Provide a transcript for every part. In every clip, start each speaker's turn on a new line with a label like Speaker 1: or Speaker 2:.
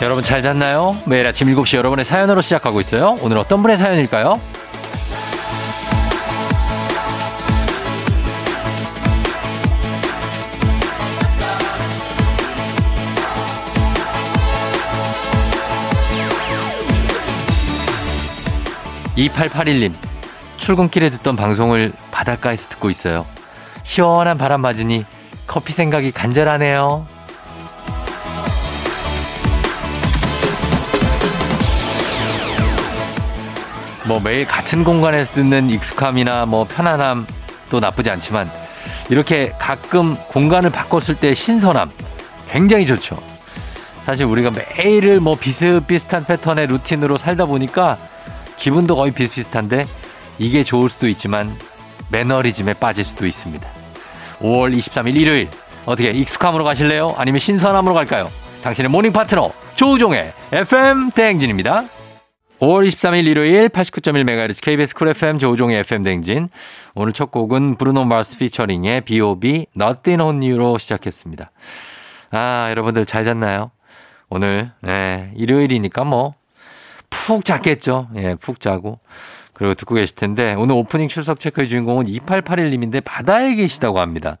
Speaker 1: 여러분 잘 잤나요? 매일 아침 7시 여러분의 사연으로 시작하고 있어요. 오늘 어떤 분의 사연일까요? 2881님, 출근길에 듣던 방송을 바닷가에서 듣고 있어요. 시원한 바람 맞으니 커피 생각이 간절하네요. 뭐 매일 같은 공간에서 듣는 익숙함이나 뭐 편안함 도 나쁘지 않지만 이렇게 가끔 공간을 바꿨을 때 신선함 굉장히 좋죠. 사실 우리가 매일을 뭐 비슷비슷한 패턴의 루틴으로 살다 보니까 기분도 거의 비슷비슷한데 이게 좋을 수도 있지만 매너리즘에 빠질 수도 있습니다. 5월 23일 일요일 어떻게 익숙함으로 가실래요? 아니면 신선함으로 갈까요? 당신의 모닝 파트너 조우종의 FM 대행진입니다. 5월 23일 일요일 89.1MHz KBS 쿨 FM 조우종의 FM 댕진. 오늘 첫 곡은 브루노 마스 피처링의 B.O.B. Nothing on You로 시작했습니다. 아, 여러분들 잘 잤나요? 오늘, 네, 일요일이니까 뭐, 푹 잤겠죠. 예, 푹 자고. 그리고 듣고 계실 텐데, 오늘 오프닝 출석 체크의 주인공은 2881님인데 바다에 계시다고 합니다.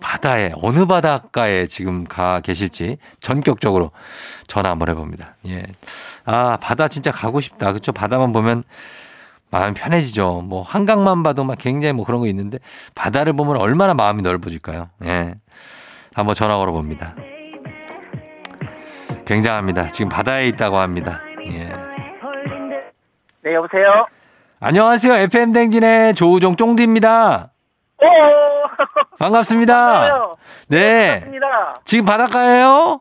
Speaker 1: 바다에, 어느 바닷가에 지금 가 계실지 전격적으로 전화 한번 해봅니다. 예. 아, 바다 진짜 가고 싶다. 그쵸? 바다만 보면 마음 편해지죠. 뭐, 한강만 봐도 막 굉장히 뭐 그런 거 있는데, 바다를 보면 얼마나 마음이 넓어질까요? 예. 한번 전화 걸어봅니다. 굉장합니다. 지금 바다에 있다고 합니다. 예.
Speaker 2: 네 여보세요.
Speaker 1: 안녕하세요. FM 댕진의 조우종 쫑디입니다.
Speaker 2: 오.
Speaker 1: 반갑습니다.
Speaker 2: 반가워요.
Speaker 1: 네.
Speaker 2: 반갑습니다.
Speaker 1: 지금 바닷가예요?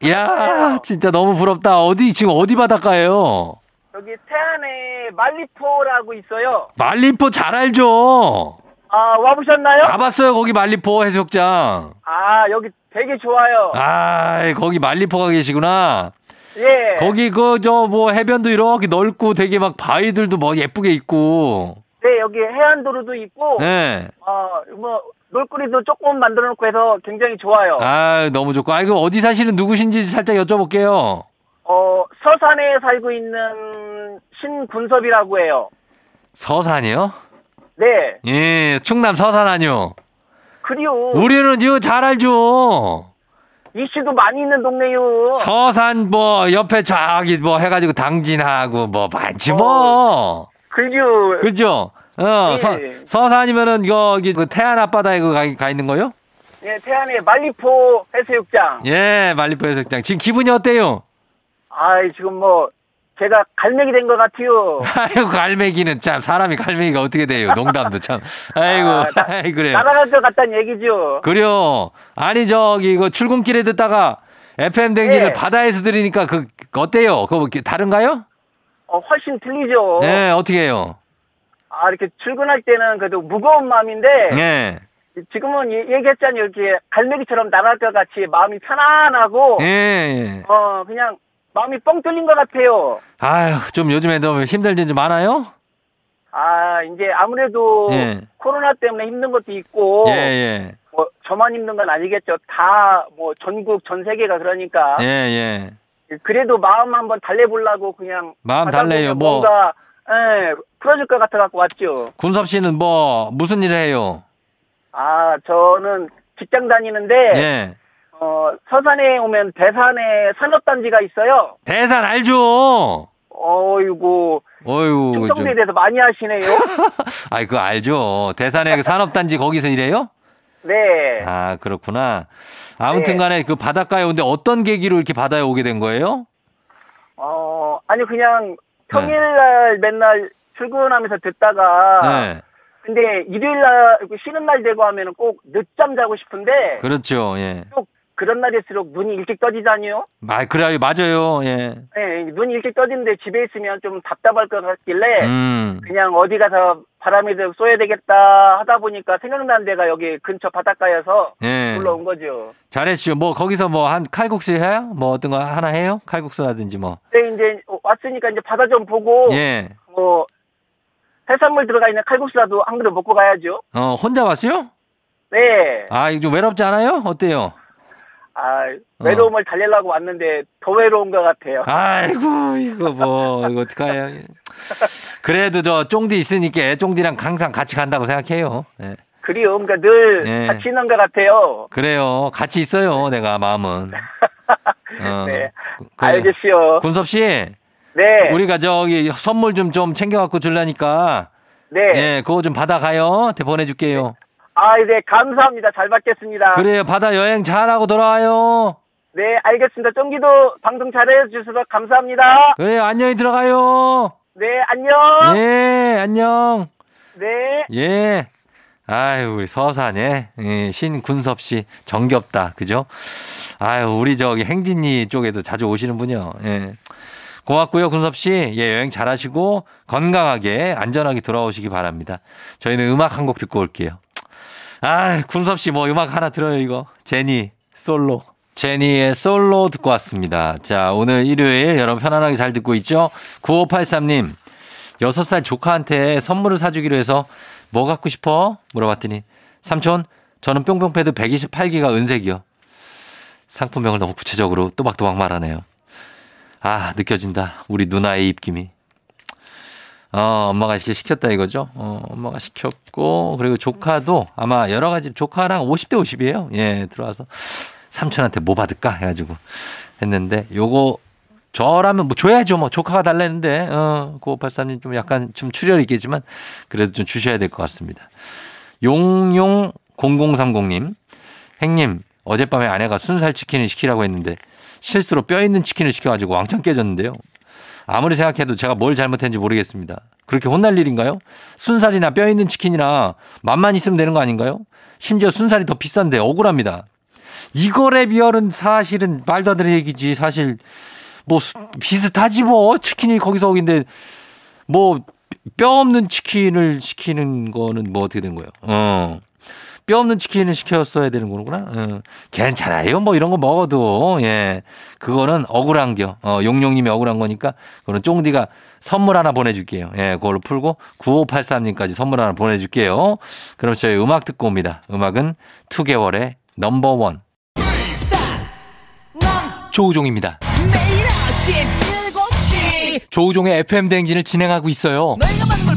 Speaker 2: 네.
Speaker 1: 야,
Speaker 2: 반가워요.
Speaker 1: 진짜 너무 부럽다. 어디 지금 어디 바닷가예요?
Speaker 2: 여기 태안에 말리포라고 있어요.
Speaker 1: 말리포 잘 알죠?
Speaker 2: 아 와보셨나요?
Speaker 1: 가봤어요. 거기 말리포 해수욕장.
Speaker 2: 아 여기 되게 좋아요.
Speaker 1: 아, 거기 말리포가 계시구나.
Speaker 2: 예.
Speaker 1: 거기 그 저 뭐 해변도 이렇게 넓고 되게 막 바위들도 뭐 예쁘게 있고.
Speaker 2: 네 여기 해안도로도 있고.
Speaker 1: 네.
Speaker 2: 어뭐 놀거리도 조금 만들어놓고 해서 굉장히 좋아요.
Speaker 1: 아, 너무 좋고. 아, 이거 어디 사시는 누구신지 살짝 여쭤볼게요.
Speaker 2: 어 서산에 살고 있는 신군섭이라고 해요.
Speaker 1: 서산이요?
Speaker 2: 네.
Speaker 1: 예, 충남 서산 아니요.
Speaker 2: 그리고
Speaker 1: 우리는 이거 잘 알죠.
Speaker 2: 이슈도 많이 있는 동네요.
Speaker 1: 서산 뭐 옆에 저기 뭐 해가지고 당진하고 뭐 많지 뭐.
Speaker 2: 그리고
Speaker 1: 그죠? 어,
Speaker 2: 어. 예.
Speaker 1: 서, 서산이면은 여기 그 태안 앞바다에 그 가, 가 있는 거요?
Speaker 2: 예, 태안에 말리포 해수욕장.
Speaker 1: 예, 말리포 해수욕장. 지금 기분이 어때요?
Speaker 2: 아이, 지금 뭐, 제가 갈매기 된 것 같아요.
Speaker 1: 아이고 갈매기는 참 사람이 갈매기가 어떻게 돼요? 농담도 참. 아이고,
Speaker 2: 아, 나-
Speaker 1: 아이 그래요.
Speaker 2: 날아갈 것 같다는
Speaker 1: 네.
Speaker 2: 얘기죠.
Speaker 1: 그래요. 아니 저기 이거 출근길에 듣다가 FM 댕진을
Speaker 2: 예.
Speaker 1: 바다에서 들으니까 그 어때요? 그거 뭐 이렇게 다른가요?
Speaker 2: 어, 훨씬 들리죠.
Speaker 1: 네, 어떻게 해요?
Speaker 2: 아, 이렇게 출근할 때는 그래도 무거운 마음인데,
Speaker 1: 예.
Speaker 2: 지금은 이- 얘기했잖아요. 이렇게 갈매기처럼 날아갈 것 같이 마음이 편안하고,
Speaker 1: 예. 예.
Speaker 2: 어, 그냥 마음이 뻥 뚫린 것 같아요.
Speaker 1: 아휴, 좀 요즘에 너무 힘들 일 많아요?
Speaker 2: 아, 이제 아무래도
Speaker 1: 예.
Speaker 2: 코로나 때문에 힘든 것도 있고,
Speaker 1: 예, 예.
Speaker 2: 뭐 저만 힘든 건 아니겠죠. 다 뭐 전국, 전 세계가 그러니까.
Speaker 1: 예, 예.
Speaker 2: 그래도 마음 한번 달래보려고 그냥
Speaker 1: 마음
Speaker 2: 바닥에
Speaker 1: 달래요, 뭐.
Speaker 2: 뭔가 예 풀어줄 것 같아 갖고 왔죠
Speaker 1: 군섭 씨는 뭐 무슨 일을 해요?
Speaker 2: 아 저는 직장 다니는데
Speaker 1: 예.
Speaker 2: 어 서산에 오면 대산에 산업단지가 있어요
Speaker 1: 대산 알죠?
Speaker 2: 어이구
Speaker 1: 어이구. 좀.
Speaker 2: 충성대에 대해서 많이 하시네요
Speaker 1: 아이 그거 알죠. 대산의 그 산업단지 거기서 일해요?
Speaker 2: 네
Speaker 1: 아, 그렇구나. 아무튼 간에 그 바닷가에 오는데 어떤 계기로 이렇게 바다에 오게 된 거예요?
Speaker 2: 어 아니
Speaker 1: 네.
Speaker 2: 그냥 평일날 맨날 출근하면서 듣다가
Speaker 1: 네.
Speaker 2: 근데 일요일날 쉬는 날 되고 하면은 꼭 늦잠 자고 싶은데
Speaker 1: 그렇죠. 예.
Speaker 2: 꼭 그런 날일수록 눈이 일찍 떠지잖아요
Speaker 1: 아, 그래요. 맞아요. 예.
Speaker 2: 예, 눈이 일찍 떠지는데 집에 있으면 좀 답답할 것 같길래
Speaker 1: 음.
Speaker 2: 그냥 어디 가서 바람이 좀 쏘야 되겠다 하다 보니까 생각난 데가 여기 근처 바닷가여서
Speaker 1: 예.
Speaker 2: 올라온 거죠.
Speaker 1: 잘했죠. 뭐 거기서 뭐 한 칼국수 해요? 뭐 어떤 거 하나 해요? 칼국수라든지 뭐.
Speaker 2: 근데 이제 왔으니까 이제 바다 좀 보고
Speaker 1: 예.
Speaker 2: 뭐 해산물 들어가 있는 칼국수라도 한 그릇 먹고 가야죠.
Speaker 1: 어, 혼자 왔어요?
Speaker 2: 네.
Speaker 1: 아, 이거 좀 외롭지 않아요? 어때요?
Speaker 2: 아, 외로움을 달래려고 왔는데 더 외로운 것 같아요.
Speaker 1: 어. 아이고 이거 뭐 이거 어떡해요. 그래도 저 쫑디 있으니까 쫑디랑 항상 같이 간다고 생각해요. 예.
Speaker 2: 그리요. 그러니까 늘
Speaker 1: 네.
Speaker 2: 같이 있는 것 같아요.
Speaker 1: 그래요. 같이 있어요. 내가 마음은. 어.
Speaker 2: 네.
Speaker 1: 그- 그래.
Speaker 2: 알겠어요.
Speaker 1: 군섭 씨,
Speaker 2: 네.
Speaker 1: 우리가 저기 선물 좀 좀 챙겨 갖고 줄라니까
Speaker 2: 네.
Speaker 1: 예, 그거 좀 받아 가요. 보내 줄게요.
Speaker 2: 아, 네. 감사합니다. 잘 받겠습니다.
Speaker 1: 그래요. 바다 여행 잘하고 돌아와요.
Speaker 2: 네. 알겠습니다. 쫑기도 방송 잘해주셔서 감사합니다.
Speaker 1: 그래요. 안녕히 들어가요.
Speaker 2: 네. 안녕.
Speaker 1: 예, 안녕.
Speaker 2: 네.
Speaker 1: 예. 아유, 우리 서산에, 예, 신군섭 씨, 정겹다. 그죠? 아유, 우리 저기 행진이 쪽에도 자주 오시는 분이요. 예. 고맙고요, 군섭 씨. 예, 여행 잘 하시고, 건강하게, 안전하게 돌아오시기 바랍니다. 저희는 음악 한 곡 듣고 올게요. 아, 군섭 씨, 뭐 음악 하나 들어요, 이거. 제니, 솔로. 제니의 솔로 듣고 왔습니다. 자, 오늘 일요일 여러분 편안하게 잘 듣고 있죠? 9583님, 6살 조카한테 선물을 사주기로 해서 뭐 갖고 싶어? 물어봤더니 삼촌 저는 뿅뿅패드 128기가 은색이요. 상품명을 너무 구체적으로 또박또박 말하네요. 아 느껴진다 우리 누나의 입김이. 어 엄마가 이렇게 시켰다 이거죠. 어 엄마가 시켰고 그리고 조카도 아마 여러 가지 조카랑 50대 50이에요. 예 들어와서 삼촌한테 뭐 받을까 해가지고 했는데 요거 저라면 뭐 줘야죠. 뭐 조카가 달랬는데, 어, 9583님 좀 약간 좀 출혈이 있겠지만 그래도 좀 주셔야 될 것 같습니다. 용용0030님, 행님, 어젯밤에 아내가 순살 치킨을 시키라고 했는데 실수로 뼈 있는 치킨을 시켜가지고 왕창 깨졌는데요. 아무리 생각해도 제가 뭘 잘못했는지 모르겠습니다. 그렇게 혼날 일인가요? 순살이나 뼈 있는 치킨이나 맛만 있으면 되는 거 아닌가요? 심지어 순살이 더 비싼데 억울합니다. 이거래 비열은 사실은 말도 안 되는 얘기지. 사실 뭐 수- 비슷하지 뭐 치킨이 거기서 거긴데 뭐 뼈 없는 치킨을 시키는 거는 뭐 어떻게 된 거예요? 어. 뼈 없는 치킨을 시켰어야 되는 거구나. 어. 괜찮아요. 뭐 이런 거 먹어도 예. 그거는 억울한 겨. 어, 용용님이 억울한 거니까 그거는 쫑디가 선물 하나 보내줄게요. 예, 그걸로 풀고 9583님까지 선물 하나 보내줄게요. 그럼 저희 음악 듣고 옵니다. 음악은 2개월의 넘버원 조우종입니다.
Speaker 3: 매일 아침 7시
Speaker 1: 조우종의 FM 대행진을 진행하고 있어요.
Speaker 3: 내가 받는 걸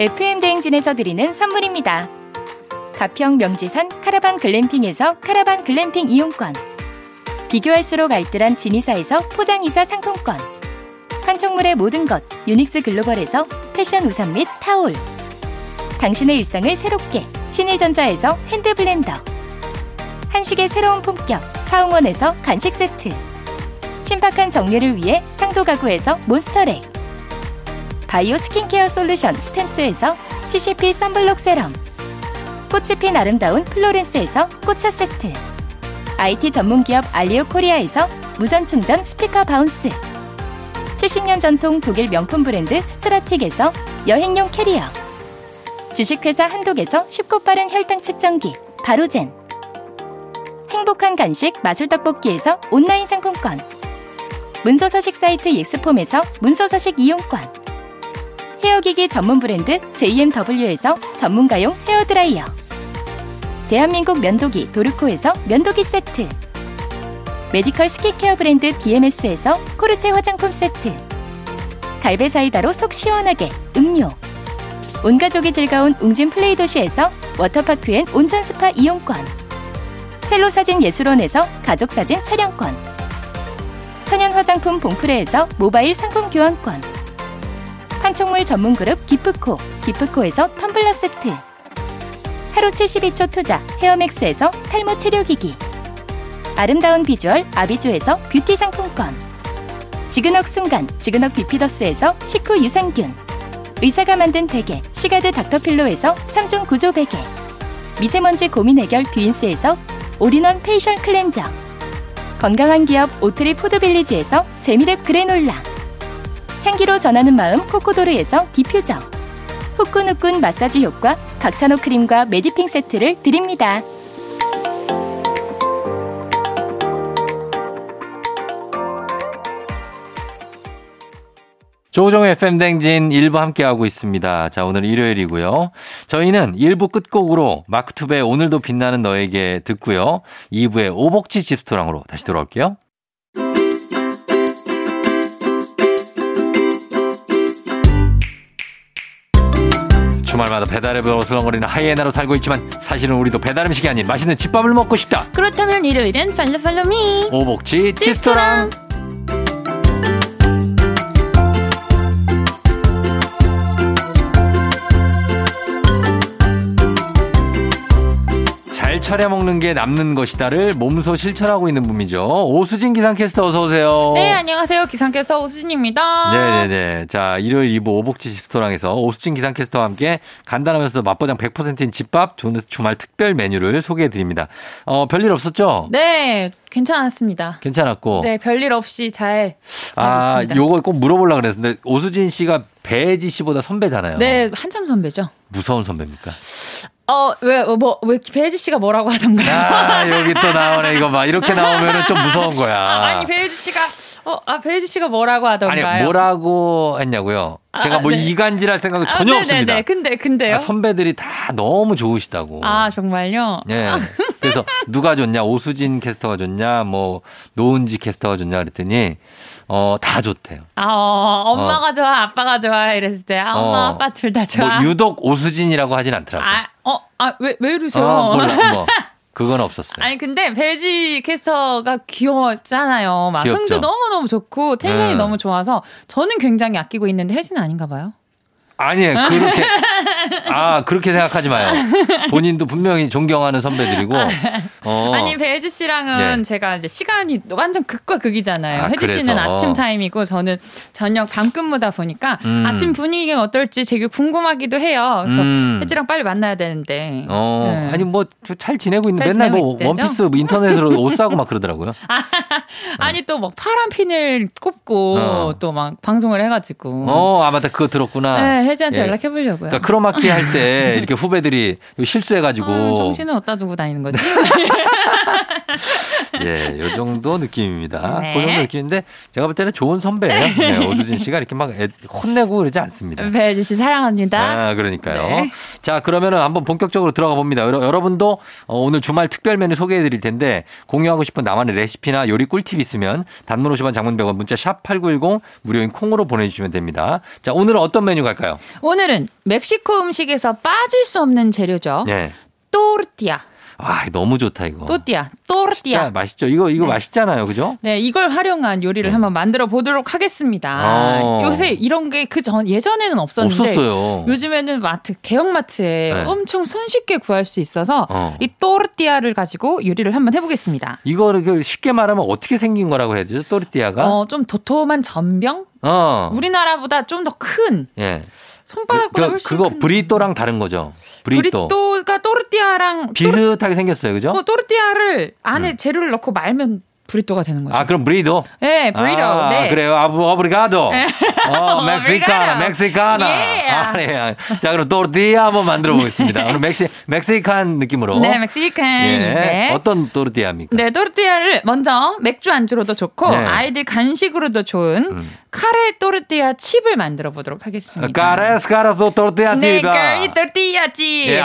Speaker 4: FM 대행진에서 드리는 선물입니다. 가평 명지산 카라반 글램핑에서 카라반 글램핑 이용권. 비교할수록 알뜰한 진이사에서 포장이사 상품권. 한청물의 모든 것 유닉스 글로벌에서 패션 우산 및 타올. 당신의 일상을 새롭게 신일전자에서 핸드블렌더. 한식의 새로운 품격 사홍원에서 간식 세트. 신박한 정리를 위해 상도 가구에서 몬스터렉. 바이오 스킨케어 솔루션 스템스에서 CCP 썬블록 세럼 꽃이 핀 아름다운 플로렌스에서 꽃차 세트 IT 전문기업 알리오 코리아에서 무선 충전 스피커 바운스 70년 전통 독일 명품 브랜드 스트라틱에서 여행용 캐리어 주식회사 한독에서 쉽고 빠른 혈당 측정기 바로젠 행복한 간식 마술 떡볶이에서 온라인 상품권 문서서식 사이트 익스폼에서 문서서식 이용권 헤어기기 전문 브랜드 JMW에서 전문가용 헤어드라이어 대한민국 면도기 도르코에서 면도기 세트 메디컬 스킨케어 브랜드 DMS에서 코르테 화장품 세트 갈베사이다로 속 시원하게 음료 온가족이 즐거운 웅진 플레이 도시에서 워터파크 엔 온천 스파 이용권 셀로 사진 예술원에서 가족 사진 촬영권 천연 화장품 봉프레에서 모바일 상품 교환권 판촉물 전문 그룹 기프코, 기프코에서 텀블러 세트. 하루 72초 투자 헤어맥스에서 탈모 치료기기. 아름다운 비주얼 아비주에서 뷰티 상품권. 지그넉 순간, 지그넉 비피더스에서 식후 유산균. 의사가 만든 베개, 시가드 닥터필로에서 3중 구조 베개. 미세먼지 고민 해결 뷰인스에서 올인원 페이셜 클렌저 건강한 기업 오트리 포드빌리지에서 재미랩 그래놀라 향기로 전하는 마음 코코도르에서 디퓨저 후끈후끈 마사지 효과 박찬호 크림과 메디핑 세트를 드립니다.
Speaker 1: 조종 FM 댕진 1부 함께하고 있습니다. 자, 오늘 일요일이고요. 저희는 1부 끝곡으로 마크투베 오늘도 빛나는 너에게 듣고요. 2부의 오복지 집스토랑으로 다시 돌아올게요. 주말마다 배달앱으로 어슬렁거리는 하이에나로 살고 있지만 사실은 우리도 배달음식이 아닌 맛있는 집밥을 먹고 싶다.
Speaker 5: 그렇다면 일요일엔 팔로 팔로 미.
Speaker 1: 오복지 집스토랑. 잘 차려 먹는 게 남는 것이다를 몸소 실천하고 있는 분이죠. 오수진 기상캐스터 어서 오세요.
Speaker 5: 네, 안녕하세요. 기상캐스터 오수진입니다.
Speaker 1: 네네네. 자, 일요일 2부 오복지 집스토랑에서 오수진 기상캐스터와 함께 간단하면서도 맛보장 100%인 집밥 주- 주말 특별 메뉴를 소개해 드립니다. 어, 별일 없었죠?
Speaker 5: 네, 괜찮았습니다.
Speaker 1: 괜찮았고.
Speaker 5: 네, 별일 없이 잘
Speaker 1: 아,
Speaker 5: 살았습니다.
Speaker 1: 요거 꼭 물어보려고 그랬는데 오수진 씨가 배지 씨보다 선배잖아요.
Speaker 5: 네, 한참 선배죠.
Speaker 1: 무서운 선배입니까?
Speaker 5: 어, 왜, 뭐, 왜 배혜지 씨가 뭐라고 하던가요?
Speaker 1: 아, 여기 또 나오네. 이거 봐. 이렇게 나오면은 좀 무서운 거야.
Speaker 5: 아, 니 배혜지 씨가, 어, 아, 배혜지 씨가 뭐라고
Speaker 1: 아니
Speaker 5: 하던가요? 이거
Speaker 1: 뭐라고 했냐고요?
Speaker 5: 아,
Speaker 1: 제가 뭐
Speaker 5: 네.
Speaker 1: 이간질할 생각은 전혀 없습니다.
Speaker 5: 네네, 근데, 근데요?
Speaker 1: 아, 선배들이 다 너무 좋으시다고.
Speaker 5: 아, 정말요?
Speaker 1: 예. 그래서 누가 줬냐? 오수진 캐스터가 줬냐? 뭐 노은지 캐스터가 줬냐? 그랬더니 어 다 좋대요.
Speaker 5: 아, 어, 엄마가 좋아, 아빠가 좋아, 이랬을 때, 아, 엄마,
Speaker 1: 어.
Speaker 5: 아빠 둘 다 좋아.
Speaker 1: 뭐 유독 오수진이라고 하진 않더라고. 요
Speaker 5: 아, 어, 아, 왜, 왜 이러세요?
Speaker 1: 아, 몰라. 뭐 그건 없었어요.
Speaker 5: 아니 근데 배지 캐스터가 귀여웠잖아요. 막
Speaker 1: 귀엽죠.
Speaker 5: 흥도 너무 너무 좋고 텐션이
Speaker 1: 네.
Speaker 5: 너무 좋아서 저는 굉장히 아끼고 있는데 혜진은 아닌가 봐요.
Speaker 1: 아니, 에요 그렇게 아 그렇게 생각하지 마요. 본인도 분명히 존경하는 선배들이고. 어.
Speaker 5: 아. 아니 배지 씨랑은
Speaker 1: 네.
Speaker 5: 제가 이제 시간이 완전 극과 극이잖아요.
Speaker 1: 아,
Speaker 5: 혜진 씨는
Speaker 1: 그래서.
Speaker 5: 아침 타임이고 저는 저녁 밤근무다 보니까
Speaker 1: 음.
Speaker 5: 아침 분위기가 어떨지 되게 궁금하기도 해요. 그래서
Speaker 1: 음.
Speaker 5: 혜진랑 빨리 만나야 되는데.
Speaker 1: 어,
Speaker 5: 네.
Speaker 1: 아니 뭐 잘 지내고 있는데
Speaker 5: 잘
Speaker 1: 맨날
Speaker 5: 지내고
Speaker 1: 뭐
Speaker 5: 있대죠?
Speaker 1: 원피스 뭐 인터넷으로 옷 사고 막 그러더라고요.
Speaker 5: 아니 또 막 파란 핀을 꼽고
Speaker 1: 어.
Speaker 5: 또 막 방송을 해가지고.
Speaker 1: 어, 아 맞다 그거 들었구나.
Speaker 5: 음. 네, 혜진한테
Speaker 1: 예.
Speaker 5: 연락해 보려고요.
Speaker 1: 그러니까 크로마키 할 때 이렇게 후배들이 실수해가지고
Speaker 5: 아, 정신은 어디다 두고 다니는 거지?
Speaker 1: 예, 요 정도 느낌입니다.
Speaker 5: 네.
Speaker 1: 그 정도 느낌인데 제가 볼 때는 좋은 선배예요. 네, 오수진 씨가 이렇게 막 애- 혼내고 그러지 않습니다.
Speaker 5: 배혜주 씨 사랑합니다.
Speaker 1: 아, 그러니까요.
Speaker 5: 네.
Speaker 1: 자, 그러면은 한번 본격적으로 들어가 봅니다. 여러- 여러분도 어, 오늘 주말 특별 메뉴 소개해 드릴 텐데 공유하고 싶은 나만의 레시피나 요리 꿀팁 있으면 단문 50원 장문 100원 문자 샵 8910 무료인 콩으로 보내주시면 됩니다. 자, 오늘은 어떤 메뉴 갈까요?
Speaker 5: 오늘은 멕시코 음식에서 빠질 수 없는 재료죠.
Speaker 1: 예.
Speaker 5: 또르띠아.
Speaker 1: 아, 너무 좋다, 이거.
Speaker 5: 어? 또띠아.
Speaker 1: 진짜
Speaker 5: 또르띠아.
Speaker 1: 맛있죠? 이거, 이거 맛있잖아요. 그죠?
Speaker 5: 네, 이걸 활용한 요리를 한번 만들어 보도록 하겠습니다.
Speaker 1: 어.
Speaker 5: 요새 이런 게 그 전 예전에는 없었는데
Speaker 1: 없었어요.
Speaker 5: 즘에는 마트 대형 마트에
Speaker 1: 네.
Speaker 5: 엄청 손쉽게 구할 수 있어서
Speaker 1: 어.
Speaker 5: 이 또르띠아를 가지고 요리를 한번 해보겠습니다.
Speaker 1: 이거를 그 쉽게 말하면 어떻게 생긴 거라고 해야 되죠? 또르띠아가?
Speaker 5: 어, 좀 도톰한 전병?
Speaker 1: 어.
Speaker 5: 우리나라보다 좀 더 큰
Speaker 1: 예.
Speaker 5: 손바닥보다
Speaker 1: 그,
Speaker 5: 훨씬
Speaker 1: 그거
Speaker 5: 큰
Speaker 1: 브리또랑 다른 거죠. 브리또.
Speaker 5: 브리또가 또르띠아랑
Speaker 1: 비슷하게 생겼어요. 그죠?
Speaker 5: 어, 또르띠아를 안에 재료를 넣고 말면 브리또가 되는
Speaker 1: 음.
Speaker 5: 거죠.
Speaker 1: 아, 그럼 브리도?
Speaker 5: 네, 브리또.
Speaker 1: 아,
Speaker 5: 네.
Speaker 1: 그래요. 아브 오브리가도. 어, 멕시카나,
Speaker 5: 오브리가도.
Speaker 1: 멕시카나.
Speaker 5: 예.
Speaker 1: 아, 네. 아, 자, 그럼 또르띠아 한번 만들어 보겠습니다. 오늘 멕시 멕시칸 느낌으로.
Speaker 5: 네, 멕시칸.
Speaker 1: 예.
Speaker 5: 네.
Speaker 1: 어떤 또르띠아입니까?
Speaker 5: 네, 또르띠아를 먼저 맥주 안주로도 좋고
Speaker 1: 네. 음.
Speaker 5: 아이들 간식으로도 좋은 카레 또르띠아 칩을 만들어 보도록 하겠습니다.
Speaker 1: 카레스 카라소 아, 또르띠아
Speaker 5: 네,
Speaker 1: 티가.
Speaker 5: 카레 또르띠아 칩.
Speaker 1: 예,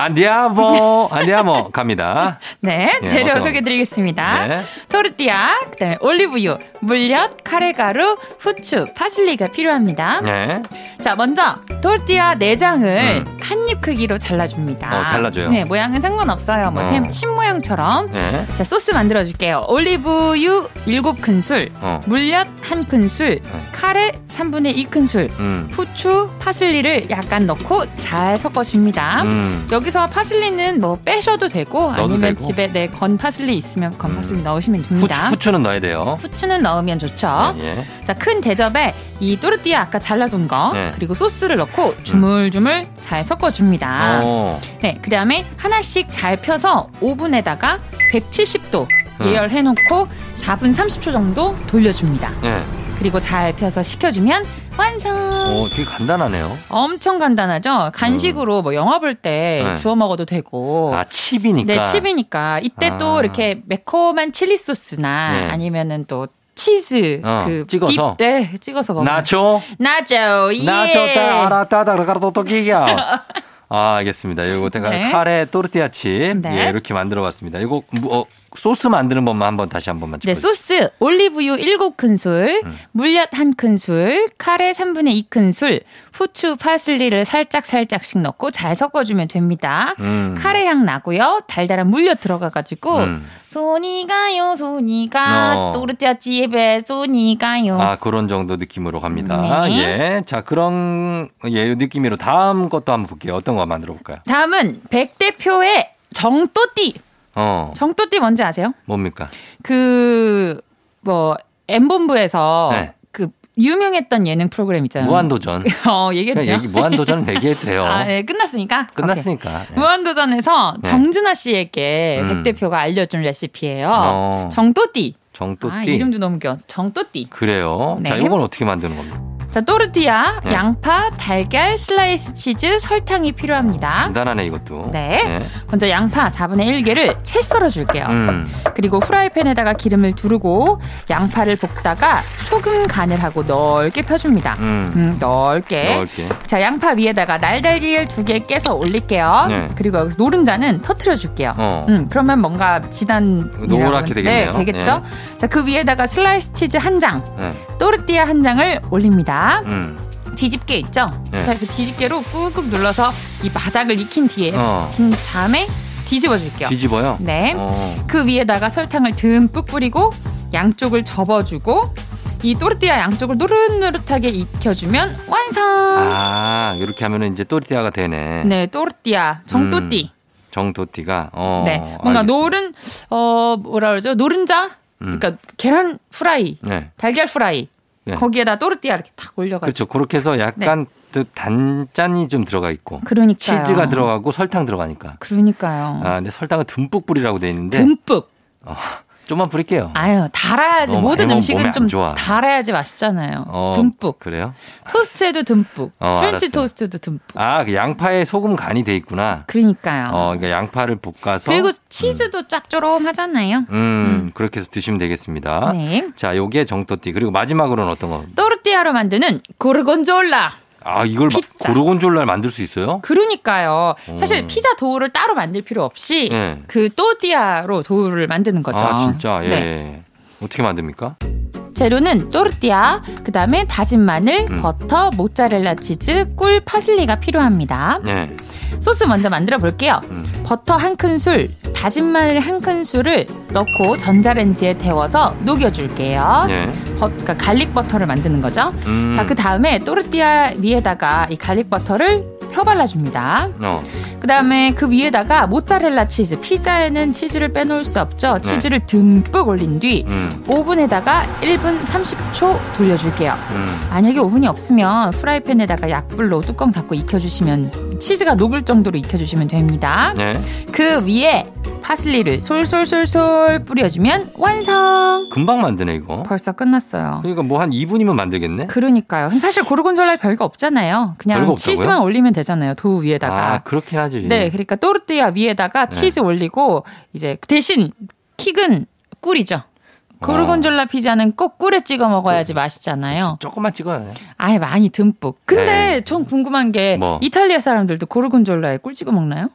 Speaker 1: 안디아모. 안디아모 갑니다.
Speaker 5: 네,
Speaker 1: 예,
Speaker 5: 재료
Speaker 1: 어떤-
Speaker 5: 소개드리겠습니다.
Speaker 1: 네.
Speaker 5: 토르띠아, 그다음에 올리브유, 물엿, 카레가루, 후추, 파슬리가 필요합니다.
Speaker 1: 네.
Speaker 5: 자, 먼저 토르띠아 내장을
Speaker 1: 음.
Speaker 5: 한 입 크기로 잘라줍니다.
Speaker 1: 어, 잘라줘요?
Speaker 5: 네, 모양은 상관없어요. 뭐
Speaker 1: 어.
Speaker 5: 샘, 침 모양처럼.
Speaker 1: 네.
Speaker 5: 자, 소스 만들어줄게요. 올리브유 7큰술,
Speaker 1: 어.
Speaker 5: 물엿 1큰술,
Speaker 1: 네.
Speaker 5: 카레 3분의 2큰술,
Speaker 1: 음.
Speaker 5: 후추, 파슬리를 약간 넣고 잘 섞어줍니다.
Speaker 1: 음.
Speaker 5: 여기서 파슬리는 뭐 빼셔도 되고
Speaker 1: 넣어도
Speaker 5: 아니면
Speaker 1: 되고.
Speaker 5: 집에 네, 건 파슬리 있으면 건
Speaker 1: 음.
Speaker 5: 파슬리 넣으시면
Speaker 1: 후추,
Speaker 5: 됩니다. 어?
Speaker 1: 후추는 넣어야 돼요.
Speaker 5: 후추. 는 넣으면 좋죠.
Speaker 1: 예, 예.
Speaker 5: 자, 큰 대접에 이 또르띠아 아까 잘라둔 거
Speaker 1: 네.
Speaker 5: 그리고 소스를 넣고 주물주물 잘 섞어줍니다.
Speaker 1: 어.
Speaker 5: 네, 그 다음에 하나씩 잘 펴서 오븐에다가 170도
Speaker 1: 음.
Speaker 5: 예열해놓고 4분 30초 정도 돌려줍니다.
Speaker 1: 예.
Speaker 5: 그리고 잘 펴서 식혀주면 완성!
Speaker 1: 어, 되게 간단하네요.
Speaker 5: 엄청 간단하죠? 간식으로 뭐 영화 볼 때
Speaker 1: 음. 네.
Speaker 5: 주워 먹어도 되고.
Speaker 1: 아, 칩이니까.
Speaker 5: 네, 칩이니까. 이때
Speaker 1: 아.
Speaker 5: 또 이렇게 매콤한 칠리 소스나
Speaker 1: 네.
Speaker 5: 아니면은 또 치즈
Speaker 1: 어,
Speaker 5: 그
Speaker 1: 찍어서?
Speaker 5: 딥, 네, 찍어서 먹어.
Speaker 1: 나초?
Speaker 5: 나죠. 예.
Speaker 1: 나초 따 알았다 다르가르도 또기야. 아, 알겠습니다. 요거 내가
Speaker 5: 네.
Speaker 1: 카레 또르띠아 칩.
Speaker 5: 네.
Speaker 1: 예, 이렇게 만들어 봤습니다. 이거 뭐, 어, 소스 만드는 법만 한번 다시 한 번만
Speaker 5: 네,
Speaker 1: 짚어주세요.
Speaker 5: 소스 올리브유 7큰술,
Speaker 1: 음.
Speaker 5: 물엿 1큰술, 카레 3분의 2큰술, 후추, 파슬리를 살짝 살짝씩 넣고 잘 섞어주면 됩니다.
Speaker 1: 음.
Speaker 5: 카레 향 나고요. 달달한 물엿 들어가가지고
Speaker 1: 음.
Speaker 5: 손이 가요, 손이 가,
Speaker 1: 어.
Speaker 5: 또르띠아 집에 손이 가요.
Speaker 1: 아, 그런 정도 느낌으로 갑니다.
Speaker 5: 네.
Speaker 1: 예. 자, 그런 예, 요 느낌으로 다음 것도 한번 볼게요. 어떤 거 만들어 볼까요?
Speaker 5: 다음은 백 대표의 정또띠.
Speaker 1: 어.
Speaker 5: 정또띠 뭔지 아세요?
Speaker 1: 뭡니까?
Speaker 5: 그, 뭐, 엠본부에서
Speaker 1: 네.
Speaker 5: 그 유명했던 예능 프로그램 있잖아요.
Speaker 1: 무한도전.
Speaker 5: 어,
Speaker 1: 그냥
Speaker 5: 얘기해도 음. 돼요?
Speaker 1: 얘기 무한도전은 얘기해도 돼요.
Speaker 5: 아, 네, 끝났으니까? 오케이. 뭐?
Speaker 1: 끝났으니까. 예.
Speaker 5: 무한도전에서
Speaker 1: 네.
Speaker 5: 정준하 씨에게
Speaker 1: 음.
Speaker 5: 백 대표가 알려준 레시피예요.
Speaker 1: 어.
Speaker 5: 정또띠.
Speaker 1: 정또띠.
Speaker 5: 아, 이름도 너무 귀여워. 정또띠.
Speaker 1: 그래요.
Speaker 5: 네.
Speaker 1: 자, 이건 어떻게 만드는 겁니까?
Speaker 5: 자, 또르띠아,
Speaker 1: 네.
Speaker 5: 양파, 달걀, 슬라이스 치즈, 설탕이 필요합니다.
Speaker 1: 간단하네 이것도.
Speaker 5: 아? 네.
Speaker 1: 예.
Speaker 5: 먼저 양파 4분의 1개를 채 썰어줄게요.
Speaker 1: 음.
Speaker 5: 그리고 후라이팬에다가 기름을 두르고 양파를 볶다가 소금 간을 하고 넓게 펴줍니다.
Speaker 1: 음.
Speaker 5: 음, 넓게.
Speaker 1: 넣을게.
Speaker 5: 자, 양파 위에다가 날달걀 두 개 깨서 올릴게요.
Speaker 1: 네.
Speaker 5: 그리고 여기서 노른자는 터트려 줄게요.
Speaker 1: 어.
Speaker 5: 음, 그러면 뭔가 지단
Speaker 1: 노랗게 되겠네요.
Speaker 5: 네, 되겠죠? 자, 그 위에다가 슬라이스 치즈 한 장,
Speaker 1: 예.
Speaker 5: 또르띠아 한 장을 올립니다.
Speaker 1: 음.
Speaker 5: 뒤집개 있죠?
Speaker 1: 네.
Speaker 5: 자, 그 뒤집개로 꾹꾹 눌러서 이 바닥을 익힌 뒤에
Speaker 1: 어.
Speaker 5: 진 다음에 뒤집어 줄게요.
Speaker 1: 뒤집어요.
Speaker 5: 네.
Speaker 1: 어.
Speaker 5: 그 위에다가 설탕을 듬뿍 뿌리고 양쪽을 접어주고 이 또르띠아 양쪽을 노릇노릇하게 익혀주면 완성.
Speaker 1: 아, 이렇게 하면은 이제 또띠아가 되네.
Speaker 5: 네, 또르띠아, 정또띠.
Speaker 1: 정또띠가. 음. 어.
Speaker 5: 네, 뭔가
Speaker 1: 알겠습니다.
Speaker 5: 노른 어 뭐라 그러죠? 노른자.
Speaker 1: 음.
Speaker 5: 그러니까 계란 프라이,
Speaker 1: 네.
Speaker 5: 달걀 프라이.
Speaker 1: 네.
Speaker 5: 거기에다 또르띠아 이렇게 탁 올려가지고.
Speaker 1: 그렇죠. 그렇게 해서 약간 또 단짠이 좀 들어가 있고
Speaker 5: 네. 그러니까요
Speaker 1: 치즈가 들어가고 설탕 들어가니까.
Speaker 5: 그러니까요.
Speaker 1: 아, 근데 설탕은 듬뿍 뿌리라고 돼 있는데
Speaker 5: 듬뿍.
Speaker 1: 어, 좀만 뿌릴게요.
Speaker 5: 아유, 달아야지.
Speaker 1: 너무 어, 많이
Speaker 5: 모든
Speaker 1: 먹으면 몸에
Speaker 5: 음식은
Speaker 1: 안
Speaker 5: 좀
Speaker 1: 좋아.
Speaker 5: 달아야지 맛있잖아요.
Speaker 1: 어,
Speaker 5: 듬뿍.
Speaker 1: 그래요? 아.
Speaker 5: 토스트에도 듬뿍.
Speaker 1: 어,
Speaker 5: 프렌치
Speaker 1: 알았어요.
Speaker 5: 토스트도 듬뿍.
Speaker 1: 아, 그 양파에 소금 간이 돼 있구나.
Speaker 5: 그러니까요.
Speaker 1: 어, 그러니까 양파를 볶아서
Speaker 5: 아. 그리고 치즈도 짭조름하잖아요.
Speaker 1: 음, 그렇게 해서 드시면 되겠습니다.
Speaker 5: 네.
Speaker 1: 자, 요게 정토띠. 그리고 마지막으로는 어떤 거?
Speaker 5: 또르띠아로 만드는 고르곤졸라.
Speaker 1: 아, 이걸 막
Speaker 5: 피자.
Speaker 1: 고르곤졸라를 만들 수 있어요?
Speaker 5: 그러니까요. 사실
Speaker 1: 음.
Speaker 5: 피자 도우를 따로 만들 필요 없이
Speaker 1: 네.
Speaker 5: 그 또르띠아로 도우를 만드는 거죠.
Speaker 1: 아, 진짜. 예.
Speaker 5: 네.
Speaker 1: 어떻게 만듭니까?
Speaker 5: 재료는 또르띠아, 그다음에 다진 마늘,
Speaker 1: 음.
Speaker 5: 버터, 모짜렐라 치즈, 꿀, 파슬리가 필요합니다.
Speaker 1: 네.
Speaker 5: 소스 먼저 만들어 볼게요.
Speaker 1: 음.
Speaker 5: 버터 한 큰술, 다진 마늘 한 큰술을 넣고 전자레인지에 데워서 녹여줄게요.
Speaker 1: 네.
Speaker 5: 버, 그러니까 갈릭 버터를 만드는 거죠.
Speaker 1: 음.
Speaker 5: 자, 그 다음에 또르띠아 위에다가 이 갈릭 버터를 펴발라줍니다.
Speaker 1: 어.
Speaker 5: 그 다음에 그 위에다가 모짜렐라 치즈, 피자에는 치즈를 빼놓을 수
Speaker 1: 네.
Speaker 5: 없죠. 치즈를 듬뿍 올린 뒤
Speaker 1: 음.
Speaker 5: 오븐에다가 1분 30초 돌려줄게요.
Speaker 1: 음.
Speaker 5: 만약에 오븐이 없으면 프라이팬에다가 약불로 뚜껑 닫고 익혀주시면 치즈가 녹을 정도로 익혀주시면 됩니다.
Speaker 1: 네.
Speaker 5: 그 위에 파슬리를 솔솔솔솔 뿌려주면 완성!
Speaker 1: 금방 만드네, 이거.
Speaker 5: 벌써 끝났어요.
Speaker 1: 그러니까 뭐 한 2분이면 만들겠네.
Speaker 5: 그러니까요. 사실 고르곤졸라에 별거 없잖아요. 그냥
Speaker 1: 별거 없다고요?
Speaker 5: 치즈만 올리면 되잖아요. 도우 위에다가.
Speaker 1: 아, 그렇긴 하지.
Speaker 5: 네, 그러니까 또르띠아 위에다가
Speaker 1: 네.
Speaker 5: 치즈 올리고 이제 대신 킥은 꿀이죠.
Speaker 1: 아. 어.
Speaker 5: 고르곤졸라 피자는 꼭 꿀에 찍어 먹어야지 맛있잖아요.
Speaker 1: 조금만 찍어야 돼.
Speaker 5: 아예 많이 듬뿍. 근데
Speaker 1: 네.
Speaker 5: 전 궁금한 게
Speaker 1: 뭐?
Speaker 5: 이탈리아 사람들도 고르곤졸라에 꿀 찍어 먹나요?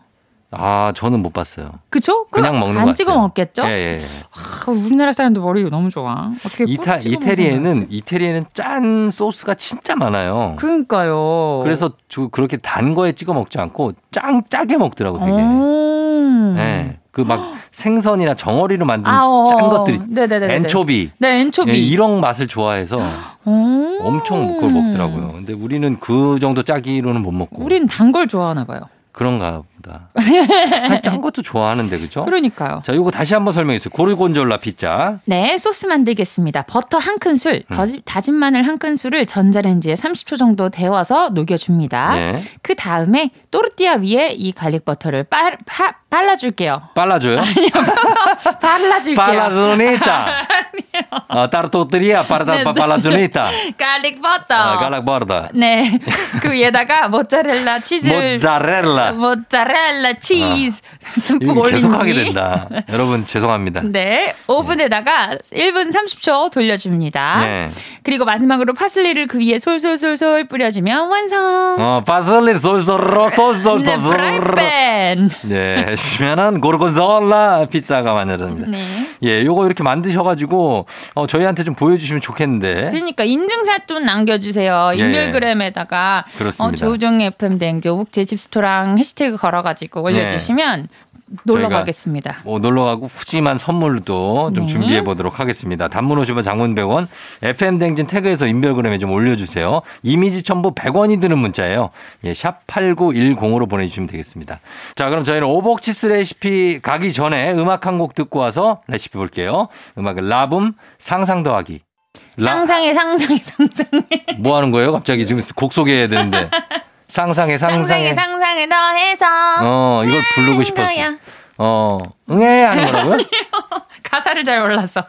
Speaker 1: 아, 저는 못 봤어요.
Speaker 5: 그쵸? 그거
Speaker 1: 그냥 먹는
Speaker 5: 안
Speaker 1: 것
Speaker 5: 찍어
Speaker 1: 같아요.
Speaker 5: 먹겠죠?
Speaker 1: 예, 예.
Speaker 5: 아, 우리나라 사람들 머리 너무 좋아. 어떻게 꿀
Speaker 1: 이타,
Speaker 5: 그 찍어 먹는
Speaker 1: 이태리에는
Speaker 5: 거지?
Speaker 1: 이태리에는 짠 소스가 진짜 많아요.
Speaker 5: 그러니까요.
Speaker 1: 그래서 저 그렇게 단 거에 찍어 먹지 않고 짱 짜게 먹더라고
Speaker 5: 어.
Speaker 1: 되게.
Speaker 5: 음. 오.
Speaker 1: 네. 그 막 생선이나 정어리로 만든
Speaker 5: 아, 어,
Speaker 1: 짠
Speaker 5: 어,
Speaker 1: 것들이
Speaker 5: 네네네네.
Speaker 1: 엔초비.
Speaker 5: 네, 엔초비. 음,
Speaker 1: 예, 이런 맛을 좋아해서
Speaker 5: 오.
Speaker 1: 엄청 그걸 먹더라고요. 근데 우리는 그 정도 짜기로는 못 먹고
Speaker 5: 우린 단 걸 좋아하나 봐요.
Speaker 1: 그런가 보다. 아, 짠 것도 좋아하는데 그죠?
Speaker 5: 그러니까요.
Speaker 1: 자, 요거 다시 한번 설명해 주세요. 고르곤졸라 피자.
Speaker 5: 네, 소스 만들겠습니다. 버터 한 큰술,
Speaker 1: 음.
Speaker 5: 다진, 다진 마늘 한 큰술을 전자레인지에 30초 정도 데워서 녹여줍니다.
Speaker 1: 네.
Speaker 5: 그 다음에 또르띠아 위에 이 갈릭 버터를 빨, 파, 발라줄게요.
Speaker 1: 빨라줘요.
Speaker 5: 발라줄게요.
Speaker 1: 빨라주니다. 아, 따르토트리아
Speaker 5: 네,
Speaker 1: 빠르다
Speaker 5: 네.
Speaker 1: 빨라주니다.
Speaker 5: 갈릭 버터.
Speaker 1: 아, 갈락바르다.
Speaker 5: 네, 그 위에다가 모짜렐라 치즈를
Speaker 1: 모짜렐라. 아.
Speaker 5: 모짜렐라 치즈 듬뿍
Speaker 1: 이거
Speaker 5: 올린
Speaker 1: 계속하게
Speaker 5: 뒤
Speaker 1: 된다. 여러분 죄송합니다.
Speaker 5: 네, 오븐에다가 1분 30초 돌려줍니다.
Speaker 1: 네.
Speaker 5: 그리고 마지막으로 파슬리를 그 위에 솔솔솔솔 뿌려주면 완성.
Speaker 1: 어, 파슬리 솔솔로
Speaker 5: 네, 이제
Speaker 1: 솔솔솔솔.
Speaker 5: 프라이팬.
Speaker 1: 예, 하시면은 고르곤졸라 피자가 만들어집니다.
Speaker 5: 네.
Speaker 1: 예, 요거 이렇게 만드셔가지고 어, 저희한테 좀 보여주시면 좋겠는데.
Speaker 5: 그러니까 인증샷 좀 남겨주세요.
Speaker 1: 예,
Speaker 5: 인별그램에다가 어,
Speaker 1: 그렇습니다.
Speaker 5: 조종의 FM 대행지 옥제 집스토랑 해시태그 걸어가지고 올려주시면 놀러
Speaker 1: 네. 저희가
Speaker 5: 가겠습니다.
Speaker 1: 뭐 놀러가고 푸짐한 선물도 좀
Speaker 5: 네.
Speaker 1: 준비해 보도록 하겠습니다. 단문 50원, 장문 100원, FM 댕진 태그에서 인별그램에 좀 올려주세요. 이미지 첨부 100원이 드는 문자예요. 예, 샵 8910으로 보내주시면 되겠습니다. 자, 그럼 저희는 오복치스 레시피 가기 전에 음악 한 곡 듣고 와서 레시피 볼게요. 음악은 라붐 상상 더하기. 라-
Speaker 5: 상상해 상상해 상상해
Speaker 1: 뭐 하는 거예요? 갑자기 지금 곡 소개해야 되는데. 상상해, 상상해.
Speaker 5: 상상해 상상해 더해서
Speaker 1: 어, 이걸 부르고 싶었어. 어, 응애 하는 거라고요?
Speaker 5: 가사를 잘 몰라서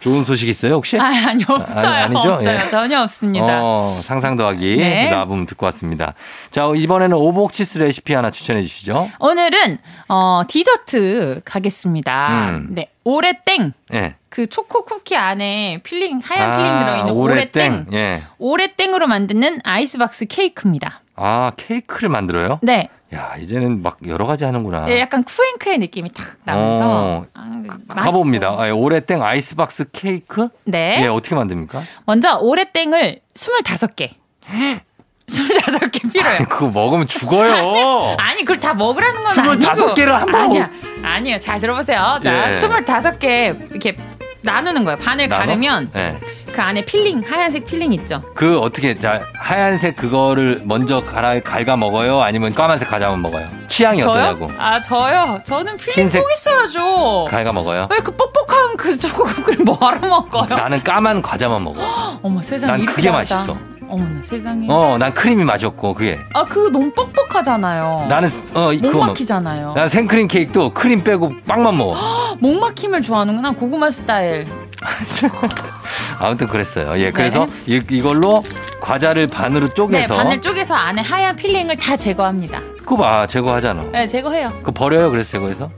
Speaker 1: 좋은 소식 있어요, 혹시?
Speaker 5: 아 아니 없어요
Speaker 1: 네. 아니, 아니죠?
Speaker 5: 없어요
Speaker 1: 예.
Speaker 5: 전혀 없습니다.
Speaker 1: 어, 상상 더하기
Speaker 5: 네.
Speaker 1: 라붐 듣고 왔습니다. 자, 이번에는 오복치스 레시피 하나 추천해 주시죠.
Speaker 5: 오늘은 어, 디저트 가겠습니다.
Speaker 1: 음.
Speaker 5: 네 오레땡
Speaker 1: 예.
Speaker 5: 그 초코 쿠키 안에 필링 하얀 필링 들어있는 오레땡
Speaker 1: 아, 오레땡. 예.
Speaker 5: 오레땡으로 만드는 아이스박스 케이크입니다.
Speaker 1: 아, 케이크를 만들어요?
Speaker 5: 네,
Speaker 1: 야, 이제는 막 여러 가지 하는구나.
Speaker 5: 예, 약간 쿠앤크의 느낌이 탁 나면서
Speaker 1: 아. 어,
Speaker 5: 아,
Speaker 1: 가봅니다.
Speaker 5: 맛있어요.
Speaker 1: 아, 예, 오레땡 아이스박스 케이크?
Speaker 5: 네,
Speaker 1: 예, 어떻게 만듭니까?
Speaker 5: 먼저 오레땡을 25개 25개 필요해요.
Speaker 1: 그거 먹으면 죽어요.
Speaker 5: 아니 그걸 다 먹으라는 건 아니고
Speaker 1: 25개를 한 번.
Speaker 5: 아니야 아니요 잘 들어보세요 자
Speaker 1: 예.
Speaker 5: 25개 이렇게 나누는 거예요 반을
Speaker 1: 나눠?
Speaker 5: 가르면
Speaker 1: 예.
Speaker 5: 그 안에 필링 하얀색 필링 있죠
Speaker 1: 그 어떻게 자 하얀색 그거를 먼저 갈아 갈가 먹어요? 아니면 까만색 가자면 먹어요? 취향이
Speaker 5: 저요?
Speaker 1: 어떠냐고?
Speaker 5: 아 저요? 저는 필링
Speaker 1: 흰색.
Speaker 5: 꼭 있어야죠
Speaker 1: 갈가 먹어요?
Speaker 5: 왜 그 뻑뻑한 그 초코쿠키를 뭐하러 먹어요?
Speaker 1: 나는 까만 과자만 먹어.
Speaker 5: 어머 세상에
Speaker 1: 난
Speaker 5: 이렇게
Speaker 1: 그게
Speaker 5: 다르다.
Speaker 1: 맛있어.
Speaker 5: 어머나 세상에
Speaker 1: 어, 난 크림이 맛있고 그게.
Speaker 5: 아 그거 너무 뻑뻑하잖아요
Speaker 1: 나는 어
Speaker 5: 목
Speaker 1: 그거 먹.
Speaker 5: 막히잖아요
Speaker 1: 난 생크림 케이크도 크림 빼고 빵만 먹어.
Speaker 5: 목 막힘을 좋아하는구나 고구마 스타일 네,
Speaker 1: 아무튼 그랬어요. 예, 그래서 이, 이걸로 과자를 반으로
Speaker 5: 네
Speaker 1: 쪼개서
Speaker 5: 바늘 쪼개서 안에 하얀 필링을 다 제거합니다
Speaker 1: 그거 봐 제거하잖아.
Speaker 5: 네 제거해요
Speaker 1: 그거 버려요. 그래서 제거해서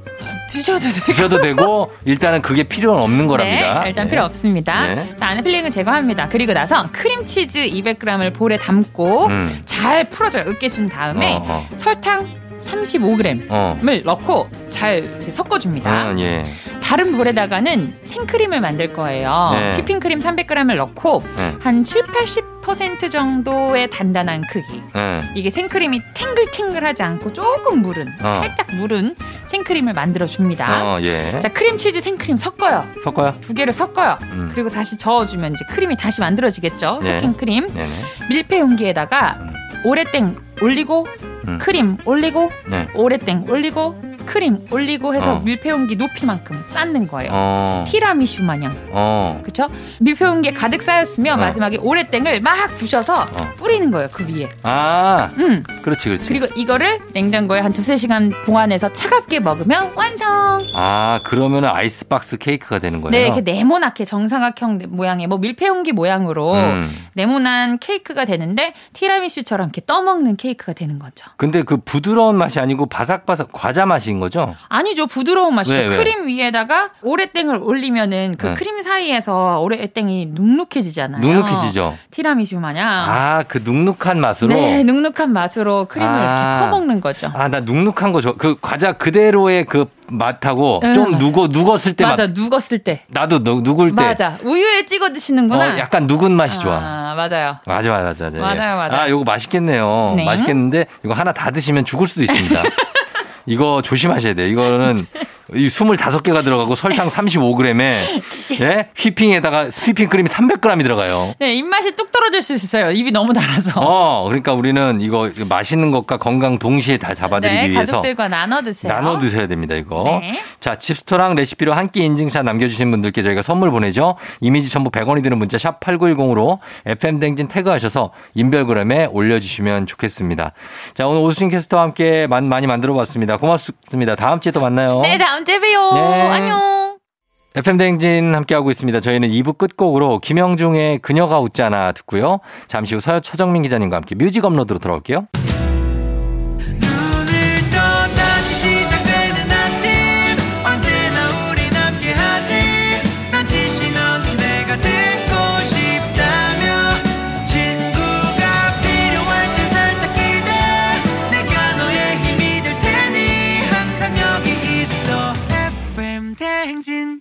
Speaker 5: 드셔도 돼요
Speaker 1: 드셔도 되고 일단은 그게 필요는 없는 거랍니다.
Speaker 5: 네, 일단
Speaker 1: 예.
Speaker 5: 필요 없습니다.
Speaker 1: 네.
Speaker 5: 자, 안에 필링을 제거합니다. 그리고 나서 크림치즈 200g을 볼에 담고
Speaker 1: 음.
Speaker 5: 잘 풀어줘요. 으깨준 다음에 음,
Speaker 1: 어, 어.
Speaker 5: 설탕 35g을
Speaker 1: 어.
Speaker 5: 넣고 잘 이렇게 섞어줍니다.
Speaker 1: 음, 예.
Speaker 5: 다른 볼에다가는 생크림을 만들 거예요.
Speaker 1: 네.
Speaker 5: 휘핑크림 300g을 넣고
Speaker 1: 네.
Speaker 5: 한 7, 80% 정도의 단단한 크기.
Speaker 1: 예.
Speaker 5: 이게 생크림이 탱글탱글하지 않고 조금 무른,
Speaker 1: 어.
Speaker 5: 살짝 무른 생크림을 만들어 줍니다.
Speaker 1: 어, 예.
Speaker 5: 자, 크림치즈 생크림 섞어요.
Speaker 1: 섞어요?
Speaker 5: 두 개를 섞어요.
Speaker 1: 음.
Speaker 5: 그리고 다시 저어주면 이제 크림이 다시 만들어지겠죠.
Speaker 1: 네.
Speaker 5: 섞인 크림.
Speaker 1: 네네.
Speaker 5: 밀폐 용기에다가
Speaker 1: 음.
Speaker 5: 오레땡 올리고
Speaker 1: 음.
Speaker 5: 크림 올리고
Speaker 1: 네.
Speaker 5: 오레땡 올리고 크림 올리고 해서
Speaker 1: 어.
Speaker 5: 밀폐 용기 높이만큼 쌓는 거예요.
Speaker 1: 어.
Speaker 5: 네. 티라미슈 마냥
Speaker 1: 어.
Speaker 5: 그쵸? 밀폐 용기에 가득 쌓였으면
Speaker 1: 어.
Speaker 5: 마지막에 오레땡을 막 부셔서
Speaker 1: 어.
Speaker 5: 뿌리는 거예요 그 위에.
Speaker 1: 아,
Speaker 5: 음
Speaker 1: 그렇지, 그렇지.
Speaker 5: 그리고 이거를 냉장고에 한 두세 시간 보관해서 차갑게 먹으면 완성.
Speaker 1: 아, 그러면 아이스박스 케이크가 되는 거예요?
Speaker 5: 네, 이렇게 네모나게 정사각형 모양의 뭐 밀폐 용기 모양으로
Speaker 1: 음.
Speaker 5: 네모난 케이크가 되는데 티라미슈처럼 이렇게 떠먹는 케이크가 되는 거죠.
Speaker 1: 근데 그 부드러운 맛이 아니고 바삭바삭 과자 맛인 거죠?
Speaker 5: 아니죠. 부드러운 맛이죠.
Speaker 1: 왜, 왜?
Speaker 5: 크림 위에다가 오레땡을 올리면은 그
Speaker 1: 네.
Speaker 5: 크림 사이에서 오레땡이 눅눅해지잖아요.
Speaker 1: 눅눅해지죠?
Speaker 5: 티라미슈 마냥.
Speaker 1: 아, 그 눅눅한 맛으로?
Speaker 5: 네, 눅눅한 맛으로 크림을
Speaker 1: 아.
Speaker 5: 이렇게 퍼먹는 거죠.
Speaker 1: 아, 나 눅눅한 거 좋아. 그 과자 그대로의 그 맛하고
Speaker 5: 네,
Speaker 1: 좀
Speaker 5: 맞아.
Speaker 1: 누고, 누었을 때
Speaker 5: 맞아.
Speaker 1: 맛.
Speaker 5: 누웠을 때.
Speaker 1: 나도 누, 누굴 때.
Speaker 5: 맞아. 우유에 찍어 드시는구나.
Speaker 1: 어, 약간 누군 맛이 좋아.
Speaker 5: 아, 맞아요.
Speaker 1: 맞아, 맞아, 맞아.
Speaker 5: 맞아요, 맞아요.
Speaker 1: 아, 요거 맛있겠네요.
Speaker 5: 네.
Speaker 1: 맛있겠는데, 이거 하나 다 드시면 죽을 수도 있습니다. 이거 조심하셔야 돼요. 이거는 이 25개가 들어가고 설탕 35g에 예? 휘핑에다가 휘핑 크림이 300g 이 들어가요.
Speaker 5: 네, 입맛이 뚝 떨어질 수 있어요. 입이 너무 달아서.
Speaker 1: 어, 그러니까 우리는 이거 맛있는 것과 건강 동시에 다 잡아드리기
Speaker 5: 네,
Speaker 1: 위해서
Speaker 5: 가족들과 나눠 드세요.
Speaker 1: 나눠 드셔야 됩니다, 이거.
Speaker 5: 네.
Speaker 1: 자, 칩스토랑 레시피로 한 끼 인증샷 남겨주신 분들께 저희가 선물 보내죠. 이미지 첨부 100원이 드는 문자 샵 8910으로 FM댕진 태그하셔서 인별그램에 올려주시면 좋겠습니다. 자, 오늘 오수진 캐스터와 함께 만- 많이 만들어 봤습니다. 고맙습니다. 다음 주에 또 만나요.
Speaker 5: 네, 다음 주에 봬요.
Speaker 1: 네.
Speaker 5: 안녕.
Speaker 1: FM댕진 함께하고 있습니다. 저희는 2부 끝곡으로 김영중의 그녀가 웃잖아 듣고요. 잠시 후 서여 처정민 기자님과 함께 뮤직 업로드로 돌아올게요.
Speaker 3: 눈을 떠 다시 시작되는 아침 언제나 우리 함께하지 난 지시 넌 내가 듣고 싶다며 친구가 필요할 때 살짝 기대 내가 너의 힘이 될 테니 항상 여기 있어 FM 대행진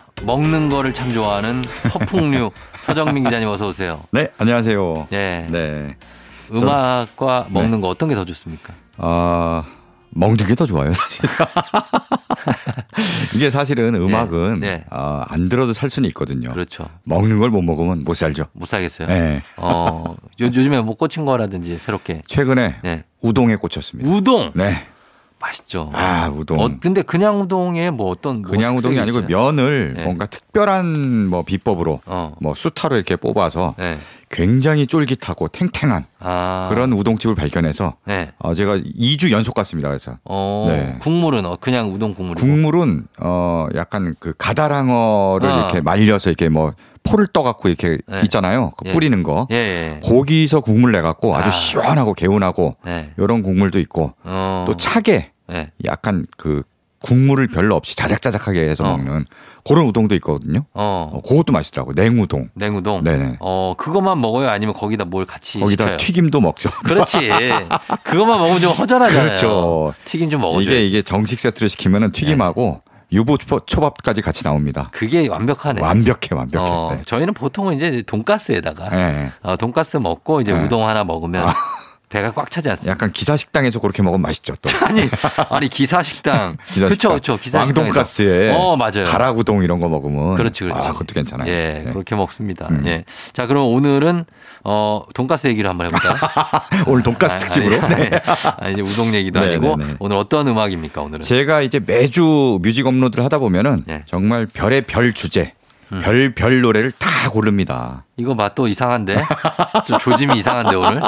Speaker 1: 먹는 거를 참 좋아하는 서풍류 서정민 기자님 어서 오세요.
Speaker 6: 네, 안녕하세요.
Speaker 1: 예.
Speaker 6: 네.
Speaker 1: 음악과 먹는 거 어떤 게 더 좋습니까?
Speaker 6: 아, 먹는 게 더 좋아요, 사실. 이게 사실은 음악은
Speaker 1: 네.
Speaker 6: 아, 안 들어도 살 수는 있거든요.
Speaker 1: 그렇죠.
Speaker 6: 먹는 걸 못 먹으면 못 살죠.
Speaker 1: 못 살겠어요.
Speaker 6: 네.
Speaker 1: 어, 요, 요즘에 뭐 꽂힌 거라든지 새롭게.
Speaker 6: 최근에
Speaker 1: 네.
Speaker 6: 우동에 꽂혔습니다.
Speaker 1: 우동!
Speaker 6: 네.
Speaker 1: 맛있죠.
Speaker 6: 아, 우동.
Speaker 1: 어, 근데 그냥 우동에 뭐 어떤 뭐
Speaker 6: 그냥 우동이
Speaker 1: 특색이
Speaker 6: 아니고
Speaker 1: 있어요?
Speaker 6: 면을
Speaker 1: 네.
Speaker 6: 뭔가 특별한 뭐 비법으로
Speaker 1: 어.
Speaker 6: 뭐 수타로 이렇게 뽑아서
Speaker 1: 네.
Speaker 6: 굉장히 쫄깃하고 탱탱한
Speaker 1: 아.
Speaker 6: 그런 우동집을 발견해서
Speaker 1: 네.
Speaker 6: 어, 제가 2주 연속 갔습니다. 그래서
Speaker 1: 어,
Speaker 6: 네.
Speaker 1: 국물은 어, 그냥 우동 국물이고.
Speaker 6: 국물은 어 약간 그 가다랑어를
Speaker 1: 아.
Speaker 6: 이렇게 말려서 이렇게 뭐 포를 떠갖고 이렇게
Speaker 1: 네.
Speaker 6: 있잖아요. 그
Speaker 1: 예.
Speaker 6: 뿌리는 거.
Speaker 1: 예, 예.
Speaker 6: 거기서 국물 내갖고 아주
Speaker 1: 아.
Speaker 6: 시원하고 개운하고
Speaker 1: 네.
Speaker 6: 이런 국물도 있고
Speaker 1: 어.
Speaker 6: 또 차게
Speaker 1: 네.
Speaker 6: 약간 그 국물을 별로 없이 자작자작하게 해서
Speaker 1: 어.
Speaker 6: 먹는 그런 우동도 있거든요.
Speaker 1: 어.
Speaker 6: 어, 그것도 맛있더라고 냉우동.
Speaker 1: 냉우동.
Speaker 6: 네네.
Speaker 1: 어, 그거만 먹어요? 아니면 거기다 뭘 같이
Speaker 6: 거기다
Speaker 1: 시켜요?
Speaker 6: 튀김도 먹죠.
Speaker 1: 그렇지. 그것만 먹으면 좀 허전하잖아요.
Speaker 6: 그렇죠.
Speaker 1: 튀김 좀 먹어줘요.
Speaker 6: 이게 이게 정식 세트를 시키면은 튀김하고 유부 초- 초밥까지 같이 나옵니다.
Speaker 1: 그게 네. 완벽하네.
Speaker 6: 완벽해 완벽해.
Speaker 1: 어,
Speaker 6: 네.
Speaker 1: 저희는 보통은 이제 돈가스에다가
Speaker 6: 네.
Speaker 1: 어, 돈가스 먹고 이제
Speaker 6: 네.
Speaker 1: 우동 하나 먹으면 배가 꽉 차지 않습니까?
Speaker 6: 약간 기사 식당에서 그렇게 먹으면 맛있죠. 또
Speaker 1: 아니, 아니 기사식당.
Speaker 6: 기사
Speaker 1: 그렇죠,
Speaker 6: 식당.
Speaker 1: 그렇죠. 기사식당.
Speaker 6: 왕돈가스에
Speaker 1: 어, 맞아요.
Speaker 6: 가라구동 이런 거 먹으면
Speaker 1: 그렇지, 그렇지.
Speaker 6: 아, 그것도 괜찮아요.
Speaker 1: 예,
Speaker 6: 네.
Speaker 1: 그렇게 먹습니다.
Speaker 6: 음.
Speaker 1: 예. 자, 그럼 오늘은 어 돈가스 얘기를 한번 해볼까?
Speaker 6: 오늘 돈가스 특집으로.
Speaker 1: 아니, 예. 아니,
Speaker 6: 네.
Speaker 1: 아니, 이제 우동 얘기도
Speaker 6: 네,
Speaker 1: 아니고
Speaker 6: 네, 네.
Speaker 1: 오늘 어떤 음악입니까 오늘은?
Speaker 6: 제가 이제 매주 뮤직 업로드를 하다 보면은
Speaker 1: 네.
Speaker 6: 정말 별의 별 주제,
Speaker 1: 음.
Speaker 6: 별 별 노래를 다 고릅니다.
Speaker 1: 이거 맛도 이상한데 좀 조짐이 이상한데 오늘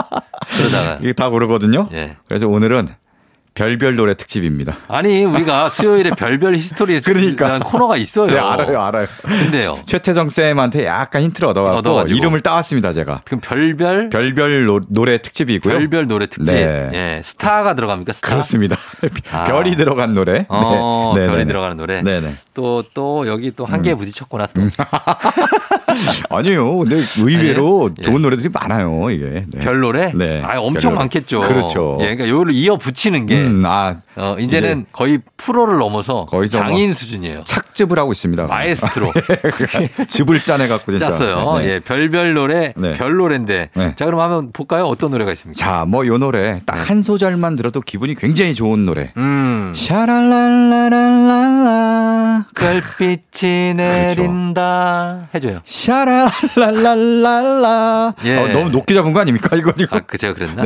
Speaker 1: 그러다가
Speaker 6: 이게 다 고르거든요.
Speaker 1: 예.
Speaker 6: 그래서 오늘은 별별 노래 특집입니다.
Speaker 1: 아니 우리가 수요일에 별별 히스토리
Speaker 6: 그러니까.
Speaker 1: 코너가 있어요.
Speaker 6: 네, 알아요, 알아요.
Speaker 1: 근데요.
Speaker 6: 최태정 쌤한테 약간 힌트를 얻어갖고
Speaker 1: 얻어가지고.
Speaker 6: 이름을 따왔습니다, 제가.
Speaker 1: 그럼 별별
Speaker 6: 별별 노, 노래 특집이고요.
Speaker 1: 별별 노래 특집.
Speaker 6: 네.
Speaker 1: 예, 스타가 들어갑니까? 스타.
Speaker 6: 그렇습니다.
Speaker 1: 아.
Speaker 6: 별이 들어간 노래. 네.
Speaker 1: 어,
Speaker 6: 네,
Speaker 1: 별이
Speaker 6: 네, 네.
Speaker 1: 들어가는 노래.
Speaker 6: 네네. 음.
Speaker 1: 또 또 여기 또 한계에 부딪혔구나 또.
Speaker 6: 아니요. 근데 의외로
Speaker 1: 아니에요? 예.
Speaker 6: 좋은 노래들이 많아요, 이게. 네.
Speaker 1: 별 노래?
Speaker 6: 네.
Speaker 1: 아, 엄청
Speaker 6: 별 노래.
Speaker 1: 많겠죠.
Speaker 6: 그렇죠.
Speaker 1: 예, 그러니까 요거를 이어 붙이는 게
Speaker 6: 음, 아,
Speaker 1: 어, 이제는
Speaker 6: 이제
Speaker 1: 거의 프로를 넘어서
Speaker 6: 거기서 뭐
Speaker 1: 장인 수준이에요.
Speaker 6: 착즙을 하고 있습니다.
Speaker 1: 마에스트로
Speaker 6: 즙을 짜내갖고 진짜.
Speaker 1: 짰어요.
Speaker 6: 그렇죠. 네, 네.
Speaker 1: 예, 별별 노래,
Speaker 6: 네.
Speaker 1: 별 노래인데.
Speaker 6: 네.
Speaker 1: 자, 그럼 한번 볼까요? 어떤 노래가 있습니까?
Speaker 6: 자, 뭐 요 노래 딱 한 소절만 들어도 기분이 굉장히 좋은 노래.
Speaker 1: 음.
Speaker 6: 샤랄랄라랄라. 그렇죠.
Speaker 1: 별빛이 내린다 해줘요.
Speaker 6: 샤랄랄랄랄라.
Speaker 1: 예.
Speaker 6: 어, 너무 높게 잡은 거 아닙니까? 이거 지금.
Speaker 1: 아, 그 제가 그랬나?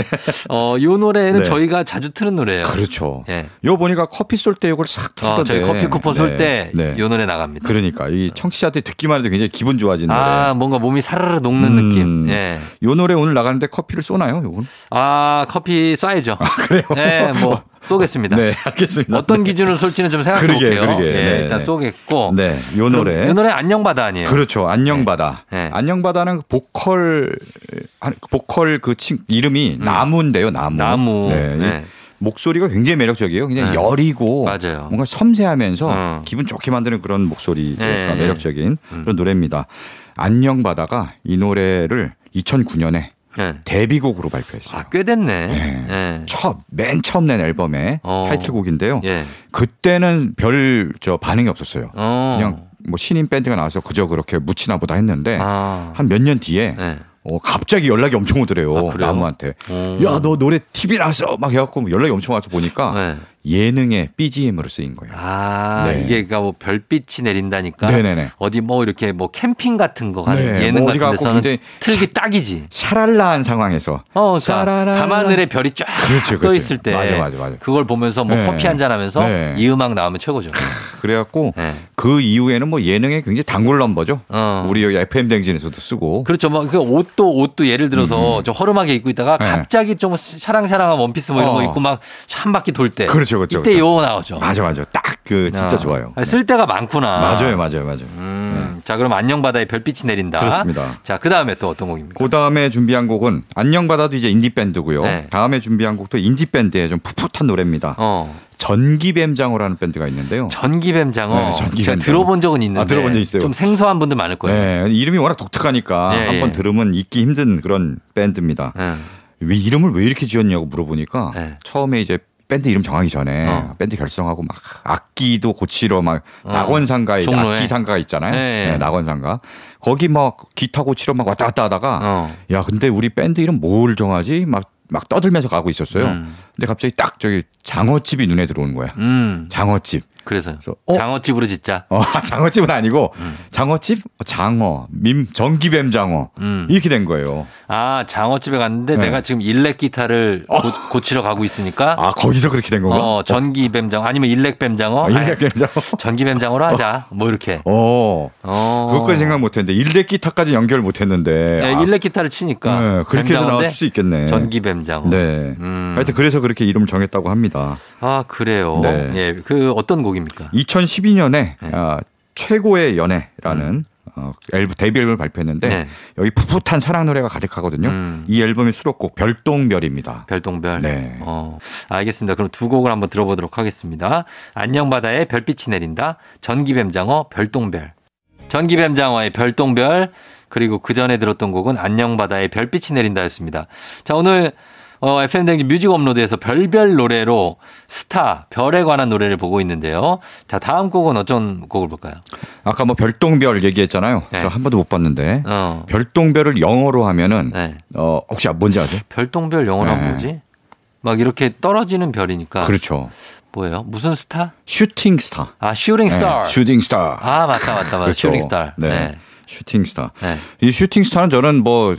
Speaker 1: 어, 요 노래는
Speaker 6: 네.
Speaker 1: 저희가 자주 트는 노래예요.
Speaker 6: 그렇죠.
Speaker 1: 예.
Speaker 6: 요 보니까 커피 쏠 때 요걸 싹
Speaker 1: 어, 저희
Speaker 6: 탔던데.
Speaker 1: 커피 쿠폰 쏠 때 요
Speaker 6: 네. 네.
Speaker 1: 노래 나갑니다.
Speaker 6: 그러니까 이 청취자들 듣기만 해도 굉장히 기분 좋아지는
Speaker 1: 아, 뭔가 몸이 사르르 녹는
Speaker 6: 그 음.
Speaker 1: 느낌. 예.
Speaker 6: 노래. 요 노래 오늘 나가는데 커피를 쏘나요? 요건?
Speaker 1: 아, 커피 쏴야죠. 그래요? 네, 뭐, 쏘겠습니다.
Speaker 6: 아, 네, 알겠습니다.
Speaker 1: 어떤 기준으로 쏠지는 좀 생각해
Speaker 6: 그러게,
Speaker 1: 볼게요.
Speaker 6: 그러게.
Speaker 1: 예,
Speaker 6: 네,
Speaker 1: 일단
Speaker 6: 네.
Speaker 1: 쏘겠고.
Speaker 6: 네, 요 노래.
Speaker 1: 이 노래 안녕바다 아니에요.
Speaker 6: 그렇죠. 안녕바다.
Speaker 1: 네. 네.
Speaker 6: 안녕바다는 그 보컬 한- 보컬 그 친, 이름이 나무인데요, 나무.
Speaker 1: 음. 나무.
Speaker 6: 네.
Speaker 1: 네.
Speaker 6: 목소리가 굉장히 매력적이에요. 그냥
Speaker 1: 네.
Speaker 6: 여리고
Speaker 1: 맞아요.
Speaker 6: 뭔가 섬세하면서
Speaker 1: 음.
Speaker 6: 기분 좋게 만드는 그런 목소리
Speaker 1: 네, 네.
Speaker 6: 매력적인
Speaker 1: 음.
Speaker 6: 그런 노래입니다. 안녕 바다가 이 노래를 2009년에
Speaker 1: 예.
Speaker 6: 데뷔곡으로 발표했어요.
Speaker 1: 아, 꽤 됐네.
Speaker 6: 네.
Speaker 1: 예.
Speaker 6: 처음 맨 처음 낸 앨범의
Speaker 1: 어.
Speaker 6: 타이틀곡인데요.
Speaker 1: 예.
Speaker 6: 그때는 별 저 반응이 없었어요.
Speaker 1: 어.
Speaker 6: 그냥 뭐 신인 밴드가 나와서 그저 그렇게 묻히나 보다 했는데
Speaker 1: 아.
Speaker 6: 한 몇 년 뒤에
Speaker 1: 예.
Speaker 6: 어, 갑자기 연락이 엄청 오더래요.
Speaker 1: 아, 그래요? 음.
Speaker 6: 나무한테.
Speaker 1: 오.
Speaker 6: 예. 야, 너 노래 TV 나왔어! 막 해갖고 뭐 연락이 엄청 와서 보니까
Speaker 1: 예.
Speaker 6: 예능의 BGM으로 쓰인 거예요.
Speaker 1: 아,
Speaker 6: 네.
Speaker 1: 이게 그러니까 뭐 별빛이 내린다니까.
Speaker 6: 네네네.
Speaker 1: 어디 뭐 이렇게 뭐 캠핑 같은 거 가는
Speaker 6: 네,
Speaker 1: 예능
Speaker 6: 뭐 어디
Speaker 1: 같은
Speaker 6: 가고
Speaker 1: 데서는
Speaker 6: 굉장히
Speaker 1: 틀기 딱이지.
Speaker 6: 샤랄라한 상황에서.
Speaker 1: 어, 그러니까
Speaker 6: 샤라라라.
Speaker 1: 밤하늘에 별이 쫙
Speaker 6: 그렇죠,
Speaker 1: 떠
Speaker 6: 그렇죠.
Speaker 1: 있을 때,
Speaker 6: 맞아, 맞아, 맞아.
Speaker 1: 그걸 보면서 뭐
Speaker 6: 네.
Speaker 1: 커피 한잔 하면서
Speaker 6: 네.
Speaker 1: 이 음악 나오면 최고죠.
Speaker 6: 그래갖고
Speaker 1: 네.
Speaker 6: 그 이후에는 뭐 예능에 굉장히 단골 넘버죠.
Speaker 1: 어.
Speaker 6: 우리 여기 FM댕진에서도 쓰고.
Speaker 1: 그렇죠. 막그 옷도 옷도 예를 들어서 좀 허름하게 입고 있다가
Speaker 6: 음, 네.
Speaker 1: 갑자기 좀 샤랑샤랑한 원피스 뭐 이런 거
Speaker 6: 어.
Speaker 1: 입고 막 한 바퀴 돌 때,
Speaker 6: 그렇죠, 그렇죠,
Speaker 1: 이때
Speaker 6: 그렇죠.
Speaker 1: 요 나오죠.
Speaker 6: 맞아, 맞아. 딱 그 진짜
Speaker 1: 어.
Speaker 6: 좋아요. 네.
Speaker 1: 아, 쓸 데가 많구나.
Speaker 6: 맞아요, 맞아요, 맞아요.
Speaker 1: 음, 자, 그럼 안녕 바다에 별빛이 내린다.
Speaker 6: 그렇습니다.
Speaker 1: 자, 그 다음에 또 어떤 곡입니까?
Speaker 6: 그 다음에 준비한 곡은 안녕바다도 이제 인디밴드고요.
Speaker 1: 네.
Speaker 6: 다음에 준비한 곡도 인디밴드의 좀 풋풋한 노래입니다.
Speaker 1: 어,
Speaker 6: 전기뱀장어라는 밴드가 있는데요.
Speaker 1: 전기뱀장어.
Speaker 6: 네, 전기뱀장어.
Speaker 1: 제가 들어본 적은 있는데
Speaker 6: 아, 들어본 적 있어요.
Speaker 1: 좀 생소한 분들 많을 거예요.
Speaker 6: 네, 이름이 워낙 독특하니까
Speaker 1: 예,
Speaker 6: 한번
Speaker 1: 예.
Speaker 6: 들으면 잊기 힘든 그런 밴드입니다.
Speaker 1: 네.
Speaker 6: 왜 이름을 왜 이렇게 지었냐고 물어보니까
Speaker 1: 네.
Speaker 6: 처음에 이제 밴드 이름 정하기 전에
Speaker 1: 어.
Speaker 6: 밴드 결성하고 막 악기도 고치러 막
Speaker 1: 어.
Speaker 6: 낙원 상가에 이제
Speaker 1: 종로에?
Speaker 6: 악기 상가 있잖아요.
Speaker 1: 네, 예.
Speaker 6: 네, 낙원 상가 거기 막 기타 고치러 막 왔다 갔다 하다가
Speaker 1: 어.
Speaker 6: 야 근데 우리 밴드 이름 뭘 정하지 막 막 떠들면서 가고 있었어요.
Speaker 1: 음.
Speaker 6: 근데 갑자기 딱 저기 장어집이 눈에 들어오는 거야.
Speaker 1: 음,
Speaker 6: 장어집.
Speaker 1: 그래서
Speaker 6: 그래서 어?
Speaker 1: 장어집으로 짓자.
Speaker 6: 어, 장어집은 아니고 장어집, 장어, 민 전기뱀장어
Speaker 1: 음.
Speaker 6: 이렇게 된 거예요.
Speaker 1: 아, 장어집에 갔는데
Speaker 6: 네. 어.
Speaker 1: 내가 지금 일렉 기타를 고, 치러 가고 있으니까
Speaker 6: 아 거기서 그렇게 된 건가?
Speaker 1: 어, 전기뱀장어 아니면 예. 일렉뱀장어?
Speaker 6: 아, 일렉뱀장어.
Speaker 1: 전기뱀장어로 하자. 뭐 이렇게.
Speaker 6: 어.
Speaker 1: 어.
Speaker 6: 그것까지 생각 못했는데 일렉 기타까지 연결 못했는데.
Speaker 1: 네,
Speaker 6: 아,
Speaker 1: 일렉 기타를 치니까
Speaker 6: 네, 그렇게 해서
Speaker 1: 뱀장어인데
Speaker 6: 나왔을 수 있겠네.
Speaker 1: 전기뱀장어.
Speaker 6: 네.
Speaker 1: 음.
Speaker 6: 하여튼 그래서 그렇게 이름 을 정했다고 합니다.
Speaker 1: 아 그래요.
Speaker 6: 네.
Speaker 1: 예, 그 어떤 곡입니까?
Speaker 6: 2012년에
Speaker 1: 네.
Speaker 6: 아, 최고의 연애라는 어, 앨범, 데뷔 앨범을 발표했는데
Speaker 1: 네.
Speaker 6: 여기 풋풋한 사랑 노래가 가득하거든요.
Speaker 1: 음.
Speaker 6: 이 앨범의 수록곡 별똥별입니다.
Speaker 1: 별똥별.
Speaker 6: 네.
Speaker 1: 어, 알겠습니다. 그럼 두 곡을 한번 들어보도록 하겠습니다. 안녕 바다에 별빛이 내린다. 전기뱀장어 별똥별. 전기뱀장어의 별똥별 그리고 그 전에 들었던 곡은 안녕 바다에 별빛이 내린다였습니다. 자 오늘 어, FM 댕지 뮤직 업로드에서 별별 노래로 스타 별에 관한 노래를 보고 있는데요. 자 다음 곡은 어떤 곡을 볼까요?
Speaker 6: 아까 뭐 별똥별 얘기했잖아요.
Speaker 1: 네.
Speaker 6: 저 한 번도 못 봤는데
Speaker 1: 어,
Speaker 6: 별똥별을 영어로 하면은
Speaker 1: 네.
Speaker 6: 어, 혹시 뭔지 아세요?
Speaker 1: 별똥별 영어로 하면
Speaker 6: 네.
Speaker 1: 뭐지? 막 이렇게 떨어지는 별이니까
Speaker 6: 그렇죠.
Speaker 1: 뭐예요? 무슨 스타?
Speaker 6: 슈팅 스타.
Speaker 1: 아 슈팅 스타.
Speaker 6: 네, 슈팅 스타.
Speaker 1: 아 맞다 맞다 맞다 슈팅 스타.
Speaker 6: 네.
Speaker 1: 네.
Speaker 6: 슈팅 스타.
Speaker 1: 네.
Speaker 6: 이 슈팅 스타는 저는 뭐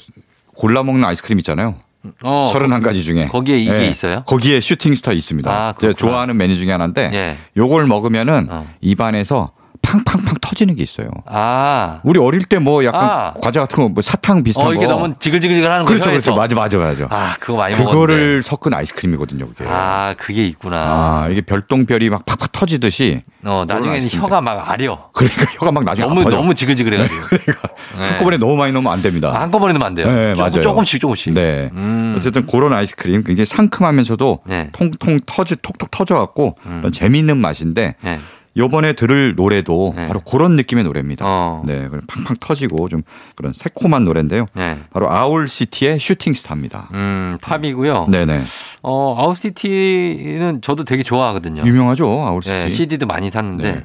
Speaker 6: 골라 먹는 아이스크림 있잖아요.
Speaker 1: 어,
Speaker 6: 31가지 중에.
Speaker 1: 거기에 이게
Speaker 6: 예.
Speaker 1: 있어요?
Speaker 6: 거기에 슈팅 스타 있습니다.
Speaker 1: 아, 그렇구나.
Speaker 6: 제가 좋아하는 메뉴 중에 하나인데
Speaker 1: 예.
Speaker 6: 요걸 먹으면은
Speaker 1: 어.
Speaker 6: 입안에서 팡팡팡 터지는 게 있어요.
Speaker 1: 아.
Speaker 6: 우리 어릴 때 뭐 약간
Speaker 1: 아.
Speaker 6: 과자 같은 거 뭐 사탕 비슷한
Speaker 1: 어 이게
Speaker 6: 거.
Speaker 1: 너무 지글지글지글 하는 거
Speaker 6: 그렇죠.
Speaker 1: 혀에서.
Speaker 6: 그렇죠. 맞아 맞아 맞아.
Speaker 1: 아 그거 많이 먹었는데.
Speaker 6: 그거를 섞은 아이스크림이거든요, 그게.
Speaker 1: 아 그게 있구나.
Speaker 6: 아, 이게 별똥별이 막 팍팍 터지듯이
Speaker 1: 어 나중에는
Speaker 6: 아이스크림.
Speaker 1: 혀가 막 아려.
Speaker 6: 그러니까 혀가 막 나중에
Speaker 1: 너무
Speaker 6: 아파져.
Speaker 1: 너무 지글지글해가지고. 네.
Speaker 6: 그러니까 한꺼번에 너무 많이 넣으면 안 됩니다.
Speaker 1: 아, 한꺼번에 넣으면 안 돼요.
Speaker 6: 네,
Speaker 1: 조금,
Speaker 6: 맞아요.
Speaker 1: 조금씩 조금씩.
Speaker 6: 네.
Speaker 1: 음.
Speaker 6: 어쨌든 그런 아이스크림 굉장히 상큼하면서도
Speaker 1: 네. 음.
Speaker 6: 통통 터지 톡톡 터져갖고 그런 재미있는 맛인데
Speaker 1: 네.
Speaker 6: 요번에 들을 노래도
Speaker 1: 네.
Speaker 6: 바로 그런 느낌의 노래입니다.
Speaker 1: 어.
Speaker 6: 네, 그럼 팡팡 터지고 좀 그런 새콤한 노래인데요.
Speaker 1: 네.
Speaker 6: 바로 아울시티의 슈팅스타입니다.
Speaker 1: 음 팝이고요.
Speaker 6: 네네
Speaker 1: 어 아웃시티는 저도 되게 좋아하거든요.
Speaker 6: 유명하죠 아울시티. 네.
Speaker 1: 네, CD도 많이 샀는데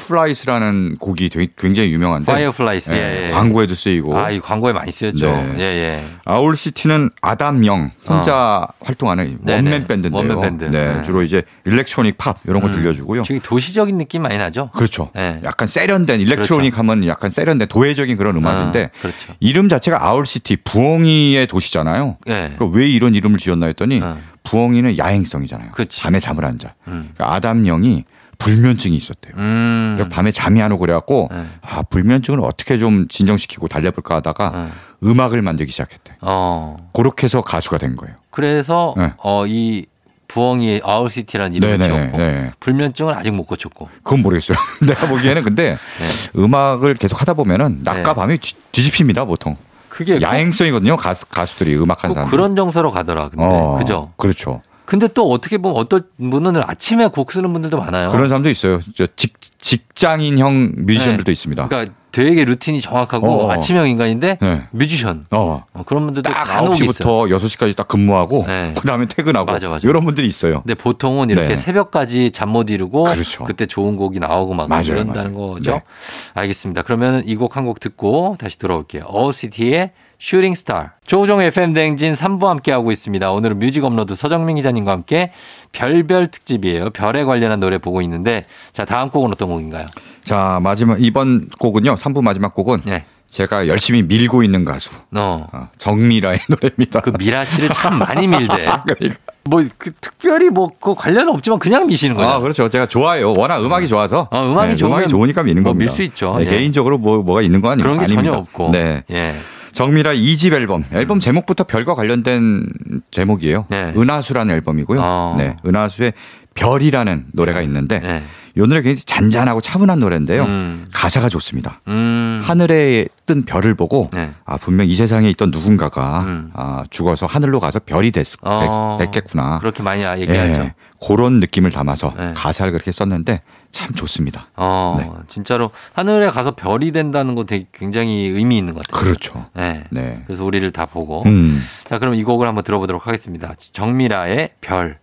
Speaker 6: 파이어플라이스라는 곡이 되게- 굉장히 유명한데
Speaker 1: 파이어플라이스 예,
Speaker 6: 네,
Speaker 1: 예.
Speaker 6: 광고에도 쓰이고
Speaker 1: 아, 이 광고에 많이 쓰였죠.
Speaker 6: 네.
Speaker 1: 예, 예.
Speaker 6: 아울시티는 아담영 혼자 활동하는
Speaker 1: 네네.
Speaker 6: 원맨 밴드인데요.
Speaker 1: 원맨 밴드.
Speaker 6: 네,
Speaker 1: 네.
Speaker 6: 주로 이제 일렉트로닉 팝 이런 걸
Speaker 1: 음.
Speaker 6: 들려주고요.
Speaker 1: 되게 도시적인 느낌 많이 나죠?
Speaker 6: 그렇죠.
Speaker 1: 네. 그렇죠.
Speaker 6: 약간 세련된 일렉트로닉 하면 약간 세련된 도회적인 그런 음악인데
Speaker 1: 아, 그렇죠.
Speaker 6: 이름 자체가 아울시티 부엉이의 도시잖아요.
Speaker 1: 예.
Speaker 6: 그러니까 왜 이런 이름을 지었나 했더니
Speaker 1: 어.
Speaker 6: 부엉이는 야행성이잖아요.
Speaker 1: 그치.
Speaker 6: 밤에 잠을 안 자.
Speaker 1: 음.
Speaker 6: 그러니까 아담영이 불면증이 있었대요.
Speaker 1: 음.
Speaker 6: 그래서 밤에 잠이 안 오고 그래갖고
Speaker 1: 네.
Speaker 6: 아 불면증을 어떻게 좀 진정시키고 달래볼까 하다가
Speaker 1: 어.
Speaker 6: 음악을 만들기 시작했대.
Speaker 1: 어.
Speaker 6: 그렇게 해서 가수가 된 거예요.
Speaker 1: 그래서
Speaker 6: 네.
Speaker 1: 어, 이 부엉이 아웃시티라는 이름을
Speaker 6: 네네,
Speaker 1: 지었고
Speaker 6: 네.
Speaker 1: 불면증은 아직 못 고쳤고.
Speaker 6: 그건 모르겠어요. 내가 보기에는 근데 음악을 계속 하다 보면은 낮과
Speaker 1: 네.
Speaker 6: 밤이 뒤, 집힙니다 보통.
Speaker 1: 예, 그게
Speaker 6: 야행성이거든요 가수 가수들이 어. 음악 하는
Speaker 1: 꼭뭐
Speaker 6: 사람.
Speaker 1: 네, 그런 정서로 가더라. 근데. 그죠?
Speaker 6: 그렇죠.
Speaker 1: 근데 또 어떻게 보면 어떤 분은 아침에 곡 쓰는 분들도 많아요.
Speaker 6: 그런 사람도 있어요. 저 직, 직장인형 뮤지션들도 있습니다.
Speaker 1: 그러니까 되게 루틴이 정확하고
Speaker 6: 어, 어.
Speaker 1: 아침형 인간인데
Speaker 6: 네.
Speaker 1: 뮤지션
Speaker 6: 어.
Speaker 1: 어, 그런 분들도
Speaker 6: 딱
Speaker 1: 간혹 있어요.
Speaker 6: 9시부터 6시까지 딱 근무하고
Speaker 1: 네.
Speaker 6: 그다음에 퇴근하고
Speaker 1: 맞아, 맞아.
Speaker 6: 이런 분들이 있어요.
Speaker 1: 근데 보통은 이렇게
Speaker 6: 네.
Speaker 1: 새벽까지 잠 못 이루고
Speaker 6: 그렇죠.
Speaker 1: 그때 좋은 곡이 나오고 막
Speaker 6: 맞아요,
Speaker 1: 그런다는
Speaker 6: 맞아요.
Speaker 1: 거죠.
Speaker 6: 네.
Speaker 1: 알겠습니다. 그러면 이 곡 한 곡 듣고 다시 돌아올게요. 어시티의 슈팅 스타. 조우종 FM 대행진 3부 함께하고 있습니다. 오늘은 뮤직 업로드 서정민 기자님과 함께 별별 특집이에요. 별에 관련한 노래 보고 있는데 자, 다음 곡은 어떤 곡인가요?
Speaker 6: 자, 마지막 이번 곡은요. 3부 마지막 곡은
Speaker 1: 네.
Speaker 6: 제가 열심히 밀고 있는 가수
Speaker 1: 어.
Speaker 6: 어, 정미라의 노래입니다.
Speaker 1: 그 미라 씨를 참 많이 밀대.
Speaker 6: 그러니까.
Speaker 1: 뭐 그 특별히 뭐 그 관련은 없지만 그냥 미시는 거예요.
Speaker 6: 아, 그렇죠. 제가 좋아요. 워낙 음악이 좋아서.
Speaker 1: 어, 음악이 좋으면
Speaker 6: 좋으니까 미는
Speaker 1: 뭐
Speaker 6: 겁니다.
Speaker 1: 밀수 있죠.
Speaker 6: 네,
Speaker 1: 예.
Speaker 6: 개인적으로 뭐, 뭐가 있는 건 아니,
Speaker 1: 그런 게
Speaker 6: 아닙니다.
Speaker 1: 전혀 없고.
Speaker 6: 네.
Speaker 1: 예.
Speaker 6: 정미라 2집 앨범. 앨범 제목부터 별과 관련된 제목이에요.
Speaker 1: 네.
Speaker 6: 은하수라는 앨범이고요.
Speaker 1: 어.
Speaker 6: 네. 은하수의 별이라는 노래가 있는데
Speaker 1: 네.
Speaker 6: 이 노래 굉장히 잔잔하고 차분한 노래인데요.
Speaker 1: 음.
Speaker 6: 가사가 좋습니다.
Speaker 1: 음.
Speaker 6: 하늘에 뜬 별을 보고
Speaker 1: 네.
Speaker 6: 아 분명 이 세상에 있던 누군가가
Speaker 1: 음.
Speaker 6: 아, 죽어서 하늘로 가서 별이 됐,
Speaker 1: 어.
Speaker 6: 겠구나
Speaker 1: 그렇게 많이 아-
Speaker 6: 예,
Speaker 1: 얘기하죠.
Speaker 6: 그런 느낌을 담아서
Speaker 1: 예.
Speaker 6: 가사를 그렇게 썼는데 참 좋습니다.
Speaker 1: 어,
Speaker 6: 네.
Speaker 1: 진짜로 하늘에 가서 별이 된다는 거 되게 굉장히 의미 있는 것 같아요.
Speaker 6: 그렇죠.
Speaker 1: 네.
Speaker 6: 네.
Speaker 1: 그래서 우리를 다 보고.
Speaker 6: 음.
Speaker 1: 자, 그럼 이 곡을 한번 들어보도록 하겠습니다. 정미라의 별.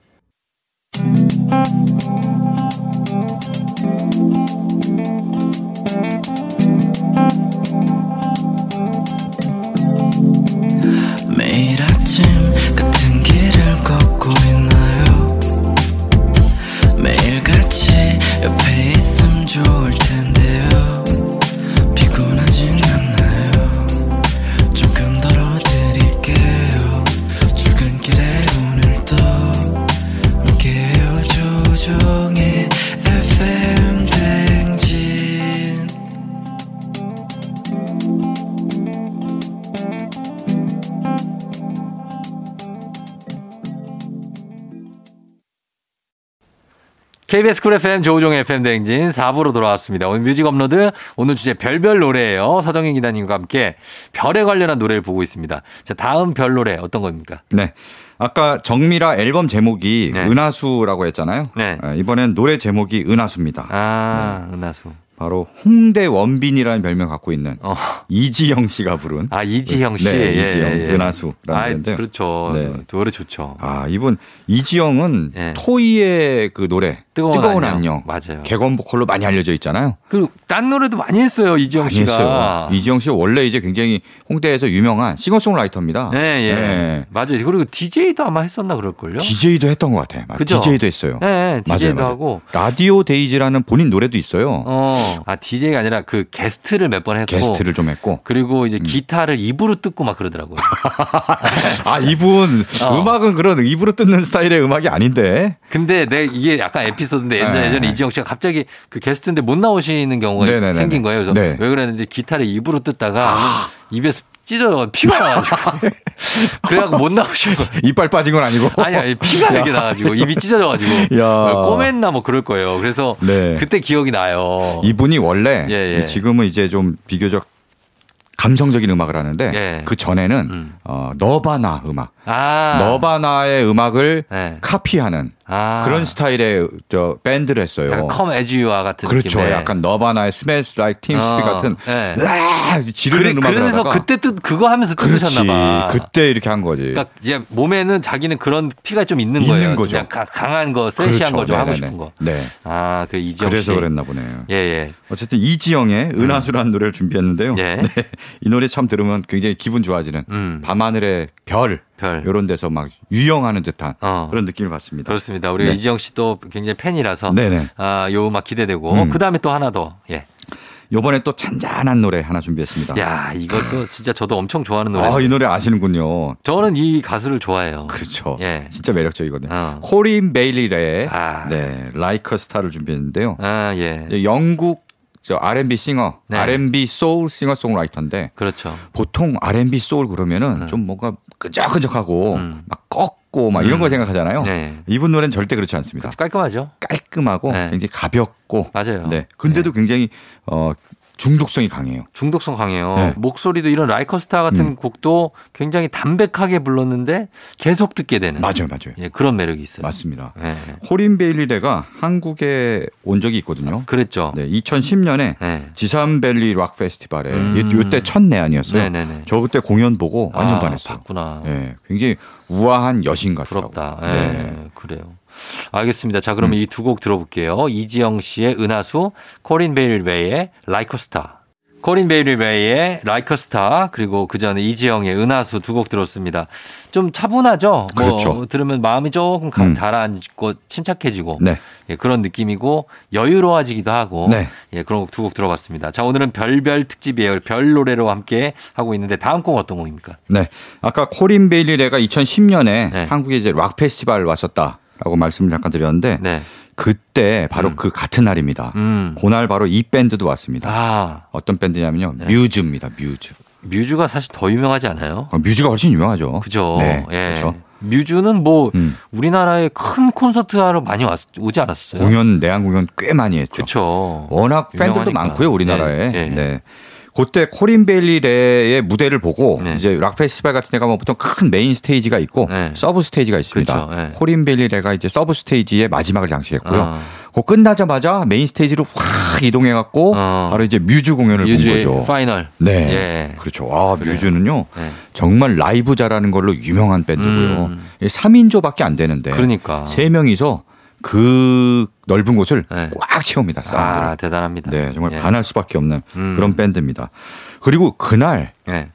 Speaker 3: 매일 아침 같은 길을 걷고 있나요 매일 같이 옆에 있음 좋을 텐데요 피곤하진 않나요 조금 덜어드릴게요 출근길에 오늘도 함께해요 조종의 FM 댕진
Speaker 1: KBS 쿨 FM 조우종 FM 대행진 4부로 돌아왔습니다. 오늘 뮤직 업로드 오늘 주제 별별 노래예요. 서정인 기자님과 함께 별에 관련한 노래를 보고 있습니다. 자, 다음 별 노래 어떤 겁니까?
Speaker 6: 네. 아까 정미라 앨범 제목이
Speaker 1: 네.
Speaker 6: 은하수라고 했잖아요.
Speaker 1: 네.
Speaker 6: 아, 이번엔 노래 제목이 은하수입니다.
Speaker 1: 아,
Speaker 6: 네.
Speaker 1: 은하수.
Speaker 6: 바로 홍대 원빈이라는 별명 갖고 있는
Speaker 1: 어.
Speaker 6: 이지영 씨가 부른
Speaker 1: 아, 이지형 씨. 예,
Speaker 6: 네, 이지영, 은하수라는
Speaker 1: 아,
Speaker 6: 건데요.
Speaker 1: 그렇죠.
Speaker 6: 네.
Speaker 1: 노래 좋죠.
Speaker 6: 아, 이분 이지영은
Speaker 1: 예.
Speaker 6: 토이의 그 노래
Speaker 1: 뜨거운
Speaker 6: 안녕.
Speaker 1: 안녕. 맞아요.
Speaker 6: 개건 보컬로 많이 알려져 있잖아요.
Speaker 1: 그 딴 노래도 많이 했어요 이지영
Speaker 6: 많이
Speaker 1: 씨가.
Speaker 6: 했어요. 이지영 씨 원래 이제 굉장히 홍대에서 유명한 싱어송라이터입니다.
Speaker 1: 예, 예.
Speaker 6: 예.
Speaker 1: 맞아요. 그리고 DJ도 아마 했었나 그럴걸요?
Speaker 6: DJ도 했던 것 같아. 맞아.
Speaker 1: 그죠?
Speaker 6: DJ도 했어요.
Speaker 1: 예, 예. DJ도
Speaker 6: 맞아요.
Speaker 1: 하고.
Speaker 6: 라디오 데이지라는 본인 노래도 있어요.
Speaker 1: 어. 아, DJ가 아니라 그 게스트를 몇 번 했고.
Speaker 6: 게스트를 음. 좀 했고.
Speaker 1: 그리고 이제 기타를 입으로 뜯고 막 그러더라고요.
Speaker 6: 아, 이분
Speaker 1: 어.
Speaker 6: 음악은 그런 입으로 뜯는 스타일의 음악이 아닌데.
Speaker 1: 근데 내 이게 약간 에피소드인데 예전에,
Speaker 6: 네.
Speaker 1: 예전에 이지영 씨가 갑자기 그 게스트인데 못 나오시는 경우가
Speaker 6: 네네네네.
Speaker 1: 생긴 거예요. 그래서
Speaker 6: 네. 아.
Speaker 1: 왜 그랬는지 기타를 입으로 뜯다가 입에서 찢어져 피가 나가지고 그래갖고 못 나오신 거예요.
Speaker 6: 이빨 빠진 건 아니고.
Speaker 1: 아니, 아니, 피가 이렇게 나가지고, 입이 찢어져가지고,
Speaker 6: 야.
Speaker 1: 꼬맸나 뭐 그럴 거예요. 그래서
Speaker 6: 네.
Speaker 1: 그때 기억이 나요.
Speaker 6: 이분이 원래
Speaker 1: 예, 예.
Speaker 6: 지금은 이제 좀 비교적 감성적인 음악을 하는데
Speaker 1: 예.
Speaker 6: 그 전에는
Speaker 1: 음.
Speaker 6: 어, 너바나 음악,
Speaker 1: 아.
Speaker 6: 너바나의 음악을
Speaker 1: 네.
Speaker 6: 카피하는
Speaker 1: 아.
Speaker 6: 그런 스타일의 저 밴드를 했어요.
Speaker 1: 약간 컴 에즈유아 같은
Speaker 6: 그렇죠.
Speaker 1: 느낌의.
Speaker 6: 약간 너바나의 스매스 라이크 팀
Speaker 1: 어,
Speaker 6: 스피 같은
Speaker 1: 예.
Speaker 6: 으아! 지르는
Speaker 1: 그래,
Speaker 6: 음악을
Speaker 1: 그래서
Speaker 6: 하다가
Speaker 1: 그때 뜻 그거 하면서
Speaker 6: 그렇지.
Speaker 1: 뜯으셨나 봐.
Speaker 6: 그때 이렇게 한 거지.
Speaker 1: 그러니까 이제 몸에는 자기는 그런 피가 좀 있는,
Speaker 6: 있는
Speaker 1: 거예요. 좀
Speaker 6: 거죠. 그렇죠.
Speaker 1: 약간 강한 거, 세시한 거 좀 하고
Speaker 6: 네네네.
Speaker 1: 싶은 거.
Speaker 6: 네.
Speaker 1: 아, 그래 이지영 씨.
Speaker 6: 그래서 그랬나 보네요.
Speaker 1: 예, 예.
Speaker 6: 어쨌든 이지영의 은하수라는 노래를 준비했는데요.
Speaker 1: 예.
Speaker 6: 네. 이 노래 참 들으면 굉장히 기분 좋아지는
Speaker 1: 음.
Speaker 6: 밤하늘의 별,
Speaker 1: 별.
Speaker 6: 이런 데서 막 유영하는 듯한
Speaker 1: 어.
Speaker 6: 그런 느낌을 받습니다.
Speaker 1: 그렇습니다. 우리가
Speaker 6: 네.
Speaker 1: 이지영 씨도 굉장히 팬이라서
Speaker 6: 네네.
Speaker 1: 아, 요 음악 기대되고
Speaker 6: 음.
Speaker 1: 그다음에 또 하나 더. 예.
Speaker 6: 요번에 또 잔잔한 노래 하나 준비했습니다.
Speaker 1: 야, 이것도 진짜 저도 엄청 좋아하는 노래.
Speaker 6: 아, 이 노래 아시는군요.
Speaker 1: 저는 이 가수를 좋아해요.
Speaker 6: 그렇죠.
Speaker 1: 예.
Speaker 6: 진짜 매력적이거든요.
Speaker 1: 어.
Speaker 6: 코린 베일리의
Speaker 1: 아.
Speaker 6: 네, 라이커 스타를 준비했는데요.
Speaker 1: 아, 예.
Speaker 6: 이제 영국 저 R&B 싱어,
Speaker 1: 네.
Speaker 6: R&B 소울 싱어송라이터인데
Speaker 1: 그렇죠.
Speaker 6: 보통 R&B 소울 그러면은 좀 뭔가 끈적끈적하고
Speaker 1: 음.
Speaker 6: 막 꺾고 막 이런 걸 생각하잖아요.
Speaker 1: 네.
Speaker 6: 이분 노래는 절대 그렇지 않습니다.
Speaker 1: 깔끔하죠.
Speaker 6: 깔끔하고
Speaker 1: 네.
Speaker 6: 굉장히 가볍고
Speaker 1: 맞아요.
Speaker 6: 네. 근데도 굉장히 어 중독성이 강해요.
Speaker 1: 중독성 강해요.
Speaker 6: 네. 음.
Speaker 1: 목소리도 이런 라이커스타 같은 곡도 굉장히 담백하게 불렀는데 계속 듣게 되는
Speaker 6: 맞아요, 맞아요.
Speaker 1: 예, 그런 매력이 있어요.
Speaker 6: 맞습니다.
Speaker 1: 예, 예.
Speaker 6: 호린 베일리대가 한국에 온 적이 있거든요.
Speaker 1: 아, 그랬죠.
Speaker 6: 네, 2010년에
Speaker 1: 네.
Speaker 6: 지산밸리 락 페스티벌에
Speaker 1: 음.
Speaker 6: 이- 요때 첫 내한이었어요.
Speaker 1: 네네네.
Speaker 6: 저 그때 공연 보고 완전
Speaker 1: 아,
Speaker 6: 반했어요.
Speaker 1: 봤구나.
Speaker 6: 예, 굉장히 우아한 여신 같더라고요.
Speaker 1: 부럽다. 예,
Speaker 6: 네. 음.
Speaker 1: 그래요. 알겠습니다. 자, 그러면 이 두 곡 들어볼게요. 이지영 씨의 은하수, 코린 베일베이의 라이커스타. 코린 베일베이의 라이커스타, 그리고 그 전에 이지영의 은하수 두 곡 들었습니다. 좀 차분하죠? 뭐,
Speaker 6: 그렇죠.
Speaker 1: 들으면 마음이 조금 가-
Speaker 6: 음.
Speaker 1: 가라앉고 침착해지고.
Speaker 6: 네.
Speaker 1: 예, 그런 느낌이고 여유로워지기도 하고
Speaker 6: 네.
Speaker 1: 예, 그런 곡 두 곡 들어봤습니다. 자, 오늘은 별별 특집이에요. 별 노래로 함께 하고 있는데 다음 곡 어떤 곡입니까?
Speaker 6: 네. 아까 코린 베일리레가 2010년에
Speaker 1: 네.
Speaker 6: 한국에 이제 락 페스티벌 왔었다라고 말씀을 잠깐 드렸는데
Speaker 1: 네.
Speaker 6: 그때 바로
Speaker 1: 음.
Speaker 6: 그 같은 날입니다.
Speaker 1: 음.
Speaker 6: 그날 바로 이 밴드도 왔습니다.
Speaker 1: 아,
Speaker 6: 어떤 밴드냐면요.
Speaker 1: 네.
Speaker 6: 뮤즈입니다. 뮤즈.
Speaker 1: 뮤즈가 사실 더 유명하지 않아요?
Speaker 6: 어, 뮤즈가 훨씬 유명하죠.
Speaker 1: 그죠?
Speaker 6: 네.
Speaker 1: 예.
Speaker 6: 그렇죠.
Speaker 1: 뮤즈는 뭐
Speaker 6: 음.
Speaker 1: 우리나라에 큰 콘서트 하러 많이 왔, 오지 않았어요?
Speaker 6: 공연 내한 공연 꽤 많이 했죠.
Speaker 1: 그렇죠.
Speaker 6: 워낙 팬들도
Speaker 1: 유명하니까.
Speaker 6: 많고요 우리나라에.
Speaker 1: 네,
Speaker 6: 네.
Speaker 1: 네.
Speaker 6: 그때 코린 베일리레의 무대를 보고
Speaker 1: 네.
Speaker 6: 이제 락 페스티벌 같은 데가 뭐 보통 큰 메인 스테이지가 있고
Speaker 1: 네.
Speaker 6: 서브 스테이지가 있습니다.
Speaker 1: 그렇죠. 네.
Speaker 6: 코린 베일리레가 이제 서브 스테이지의 마지막을 장식했고요.
Speaker 1: 아.
Speaker 6: 그 끝나자마자 메인 스테이지로 확 이동해 갖고
Speaker 1: 어.
Speaker 6: 바로 이제 뮤즈 공연을
Speaker 1: 뮤즈의
Speaker 6: 본 거죠.
Speaker 1: 파이널.
Speaker 6: 네.
Speaker 1: 예.
Speaker 6: 그렇죠. 아,
Speaker 1: 그래요.
Speaker 6: 뮤즈는요.
Speaker 1: 네.
Speaker 6: 정말 라이브 잘하는 걸로 유명한 밴드고요.
Speaker 1: 음.
Speaker 6: 3인조밖에 안 되는데
Speaker 1: 그러니까.
Speaker 6: 세 명이서 그 넓은 곳을
Speaker 1: 네.
Speaker 6: 꽉 채웁니다. 사운드를.
Speaker 1: 아, 대단합니다.
Speaker 6: 네, 정말
Speaker 1: 예.
Speaker 6: 반할 수밖에 없는
Speaker 1: 음.
Speaker 6: 그런 밴드입니다. 그리고 그날
Speaker 1: 예.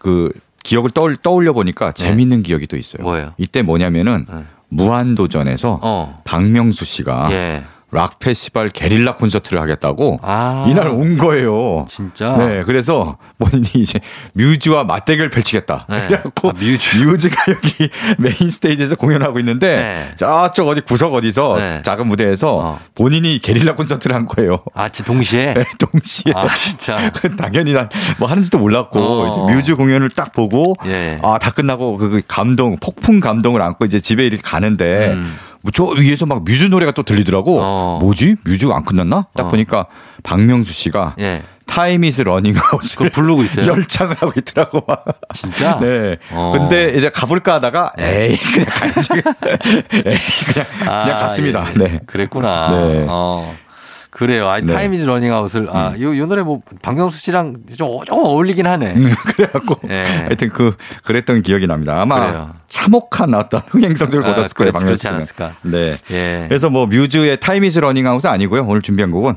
Speaker 6: 그 기억을 떠올, 떠올려 보니까 재밌는 기억이 또 있어요.
Speaker 1: 네. 뭐예요?
Speaker 6: 이때 뭐냐면은
Speaker 1: 네.
Speaker 6: 무한도전에서
Speaker 1: 어.
Speaker 6: 박명수 씨가
Speaker 1: 예.
Speaker 6: 락 페스티벌 게릴라 콘서트를 하겠다고
Speaker 1: 아.
Speaker 6: 이날 온 거예요.
Speaker 1: 진짜.
Speaker 6: 네, 그래서 본인이 이제 뮤즈와 맞대결 펼치겠다.
Speaker 1: 네.
Speaker 6: 그래갖고
Speaker 1: 아, 뮤즈.
Speaker 6: 가 여기 메인 스테이지에서 공연하고 있는데
Speaker 1: 네.
Speaker 6: 저쪽 어디 구석 어디서
Speaker 1: 네.
Speaker 6: 작은 무대에서
Speaker 1: 어.
Speaker 6: 본인이 게릴라 콘서트를 한 거예요.
Speaker 1: 아, 지 동시에.
Speaker 6: 네, 동시에
Speaker 1: 아, 진짜.
Speaker 6: 당연히 난 뭐 하는지도 몰랐고
Speaker 1: 어.
Speaker 6: 이제 뮤즈 공연을 딱 보고
Speaker 1: 예.
Speaker 6: 아 다 끝나고 그 감동 폭풍 감동을 안고 이제 집에 이렇게 가는데
Speaker 1: 음.
Speaker 6: 뭐저 위에서 막 뮤즈 노래가 또 들리더라고
Speaker 1: 어.
Speaker 6: 뭐지 뮤즈 안 끝났나 딱
Speaker 1: 어.
Speaker 6: 보니까 박명수 씨가
Speaker 1: 예.
Speaker 6: 타임 이즈 러닝 아웃을
Speaker 1: 그걸 부르고 있어요?
Speaker 6: 열창을 하고 있더라고 막.
Speaker 1: 진짜?
Speaker 6: 네.
Speaker 1: 어. 예.
Speaker 6: 근데 이제 가볼까 하다가 에이 그냥 가야지. 에이 그냥 그냥
Speaker 1: 아,
Speaker 6: 갔습니다.
Speaker 1: 예.
Speaker 6: 네.
Speaker 1: 그랬구나.
Speaker 6: 네.
Speaker 1: 어. 그래요. 아이
Speaker 6: 네. 음.
Speaker 1: 타임 이즈 러닝 아웃을 아, 요, 요 노래 뭐 박명수 씨랑 좀 어- 조금 어울리긴 하네.
Speaker 6: 그래갖고
Speaker 1: 예.
Speaker 6: 하여튼 그 그랬던 기억이 납니다. 아마
Speaker 1: 그래요.
Speaker 6: 참혹한 어떤 흥행성적을
Speaker 1: 아,
Speaker 6: 거뒀을
Speaker 1: 그렇-
Speaker 6: 거예요,
Speaker 1: 그렇지
Speaker 6: 박명수 씨는.
Speaker 1: 않았을까.
Speaker 6: 네.
Speaker 1: 예.
Speaker 6: 그래서 뭐 뮤즈의 타임이즈 러닝아웃은 아니고요. 오늘 준비한 곡은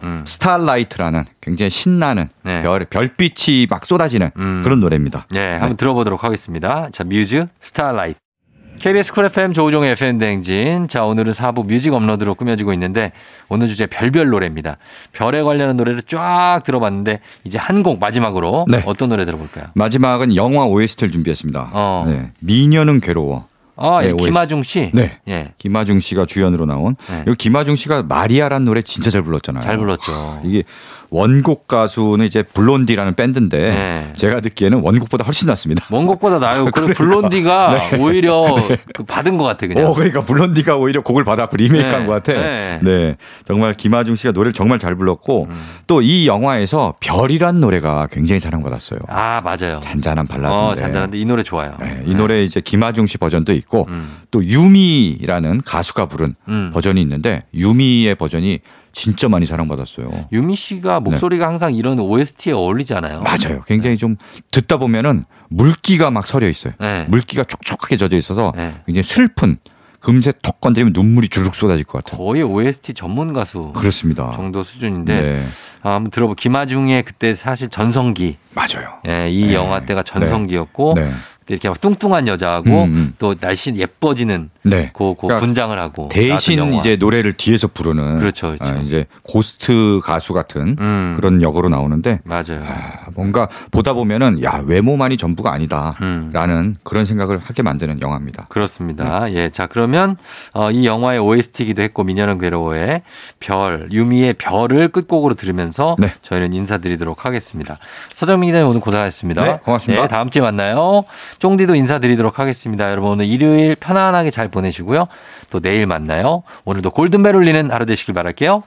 Speaker 6: 스타라이트라는 굉장히 신나는
Speaker 1: 음. 네.
Speaker 6: 별 별빛이 막 쏟아지는
Speaker 1: 음.
Speaker 6: 그런 노래입니다.
Speaker 1: 예, 한번 들어보도록 하겠습니다. 자, 뮤즈 스타라이트. KBS 쿨 FM 조우종의 FM 댕진. 자, 오늘은 4부 뮤직 업로드로 꾸며지고 있는데 오늘 주제 별별 노래입니다. 별에 관련한 노래를 쫙 들어봤는데 이제 한 곡 마지막으로
Speaker 6: 네.
Speaker 1: 어떤 노래 들어볼까요?
Speaker 6: 마지막은 영화 OST를 준비했습니다.
Speaker 1: 어.
Speaker 6: 네. 미녀는 괴로워.
Speaker 1: 아,
Speaker 6: 네,
Speaker 1: 이
Speaker 6: OST.
Speaker 1: 김하중 씨.
Speaker 6: 네.
Speaker 1: 예.
Speaker 6: 김하중 씨가 주연으로 나온
Speaker 1: 네.
Speaker 6: 여기 김하중 씨가 마리아라는 노래 진짜 잘 불렀잖아요.
Speaker 1: 잘 불렀죠.
Speaker 6: 이게 원곡 가수는 이제 블론디라는 밴드인데
Speaker 1: 네.
Speaker 6: 제가 듣기에는 원곡보다 훨씬 낫습니다.
Speaker 1: 원곡보다 나요.
Speaker 6: 아,
Speaker 1: 그리고 블론디가 오히려 그 받은 것 같아 그냥.
Speaker 6: 그러니까. 네. 어, 그러니까 블론디가 오히려 곡을 받았고 리메이크한
Speaker 1: 네,
Speaker 6: 것 같아.
Speaker 1: 네.
Speaker 6: 네. 정말 김하중 씨가 노래를 정말 잘 불렀고
Speaker 1: 음.
Speaker 6: 또 이 영화에서 별이란 노래가 굉장히 사랑받았어요.
Speaker 1: 아 맞아요.
Speaker 6: 잔잔한 발라드인데.
Speaker 1: 어 잔잔한데 이 노래 좋아요.
Speaker 6: 네, 이 노래 이제 김하중 씨 버전도 있고
Speaker 1: 음.
Speaker 6: 또 유미라는 가수가 부른
Speaker 1: 음.
Speaker 6: 버전이 있는데 유미의 버전이 진짜 많이 사랑받았어요.
Speaker 1: 유미 씨가 목소리가 항상 이런 OST에 어울리잖아요.
Speaker 6: 네. 맞아요. 굉장히 좀 듣다 보면은 물기가 막 서려 있어요.
Speaker 1: 네.
Speaker 6: 물기가 촉촉하게 젖어 있어서
Speaker 1: 네.
Speaker 6: 굉장히 슬픈 금세 턱 건드리면 눈물이 주룩 쏟아질 것 같아요.
Speaker 1: 거의 OST 전문 가수
Speaker 6: 그렇죠. 그렇습니다.
Speaker 1: 정도 수준인데
Speaker 6: 네.
Speaker 1: 아, 한번 들어보. 김아중의 그때 사실 전성기.
Speaker 6: 맞아요.
Speaker 1: 예, 이
Speaker 6: 네.
Speaker 1: 영화 때가 전성기였고
Speaker 6: 네.
Speaker 1: 그때 이렇게 막 뚱뚱한 여자하고
Speaker 6: 음, 음.
Speaker 1: 또 날씬 예뻐지는
Speaker 6: 네.
Speaker 1: 그, 그
Speaker 6: 그러니까
Speaker 1: 분장을 하고 나왔던
Speaker 6: 대신
Speaker 1: 영화.
Speaker 6: 이제 노래를 뒤에서 부르는
Speaker 1: 그렇죠, 그렇죠.
Speaker 6: 아, 이제 고스트 가수 같은
Speaker 1: 음.
Speaker 6: 그런 역으로 나오는데
Speaker 1: 맞아요.
Speaker 6: 아, 뭔가 보다 보면은 야 외모만이 전부가
Speaker 1: 음.
Speaker 6: 아니다라는 그런 생각을 하게 만드는 영화입니다.
Speaker 1: 그렇습니다.
Speaker 6: 네.
Speaker 1: 예. 자, 그러면 어, 이 영화의 OST이기도 했고 미녀는 괴로워의 별, 유미의 별을 끝곡으로 들으면서
Speaker 6: 네.
Speaker 1: 저희는 인사드리도록 하겠습니다. 서정민 기자님 오늘 고생하셨습니다.
Speaker 6: 네, 고맙습니다.
Speaker 1: 예, 다음 주에 만나요. 쫑디도 인사드리도록 하겠습니다. 여러분 오늘 일요일 편안하게 잘 보내시고요. 또 내일 만나요. 오늘도 골든벨 울리는 하루 되시길 바랄게요.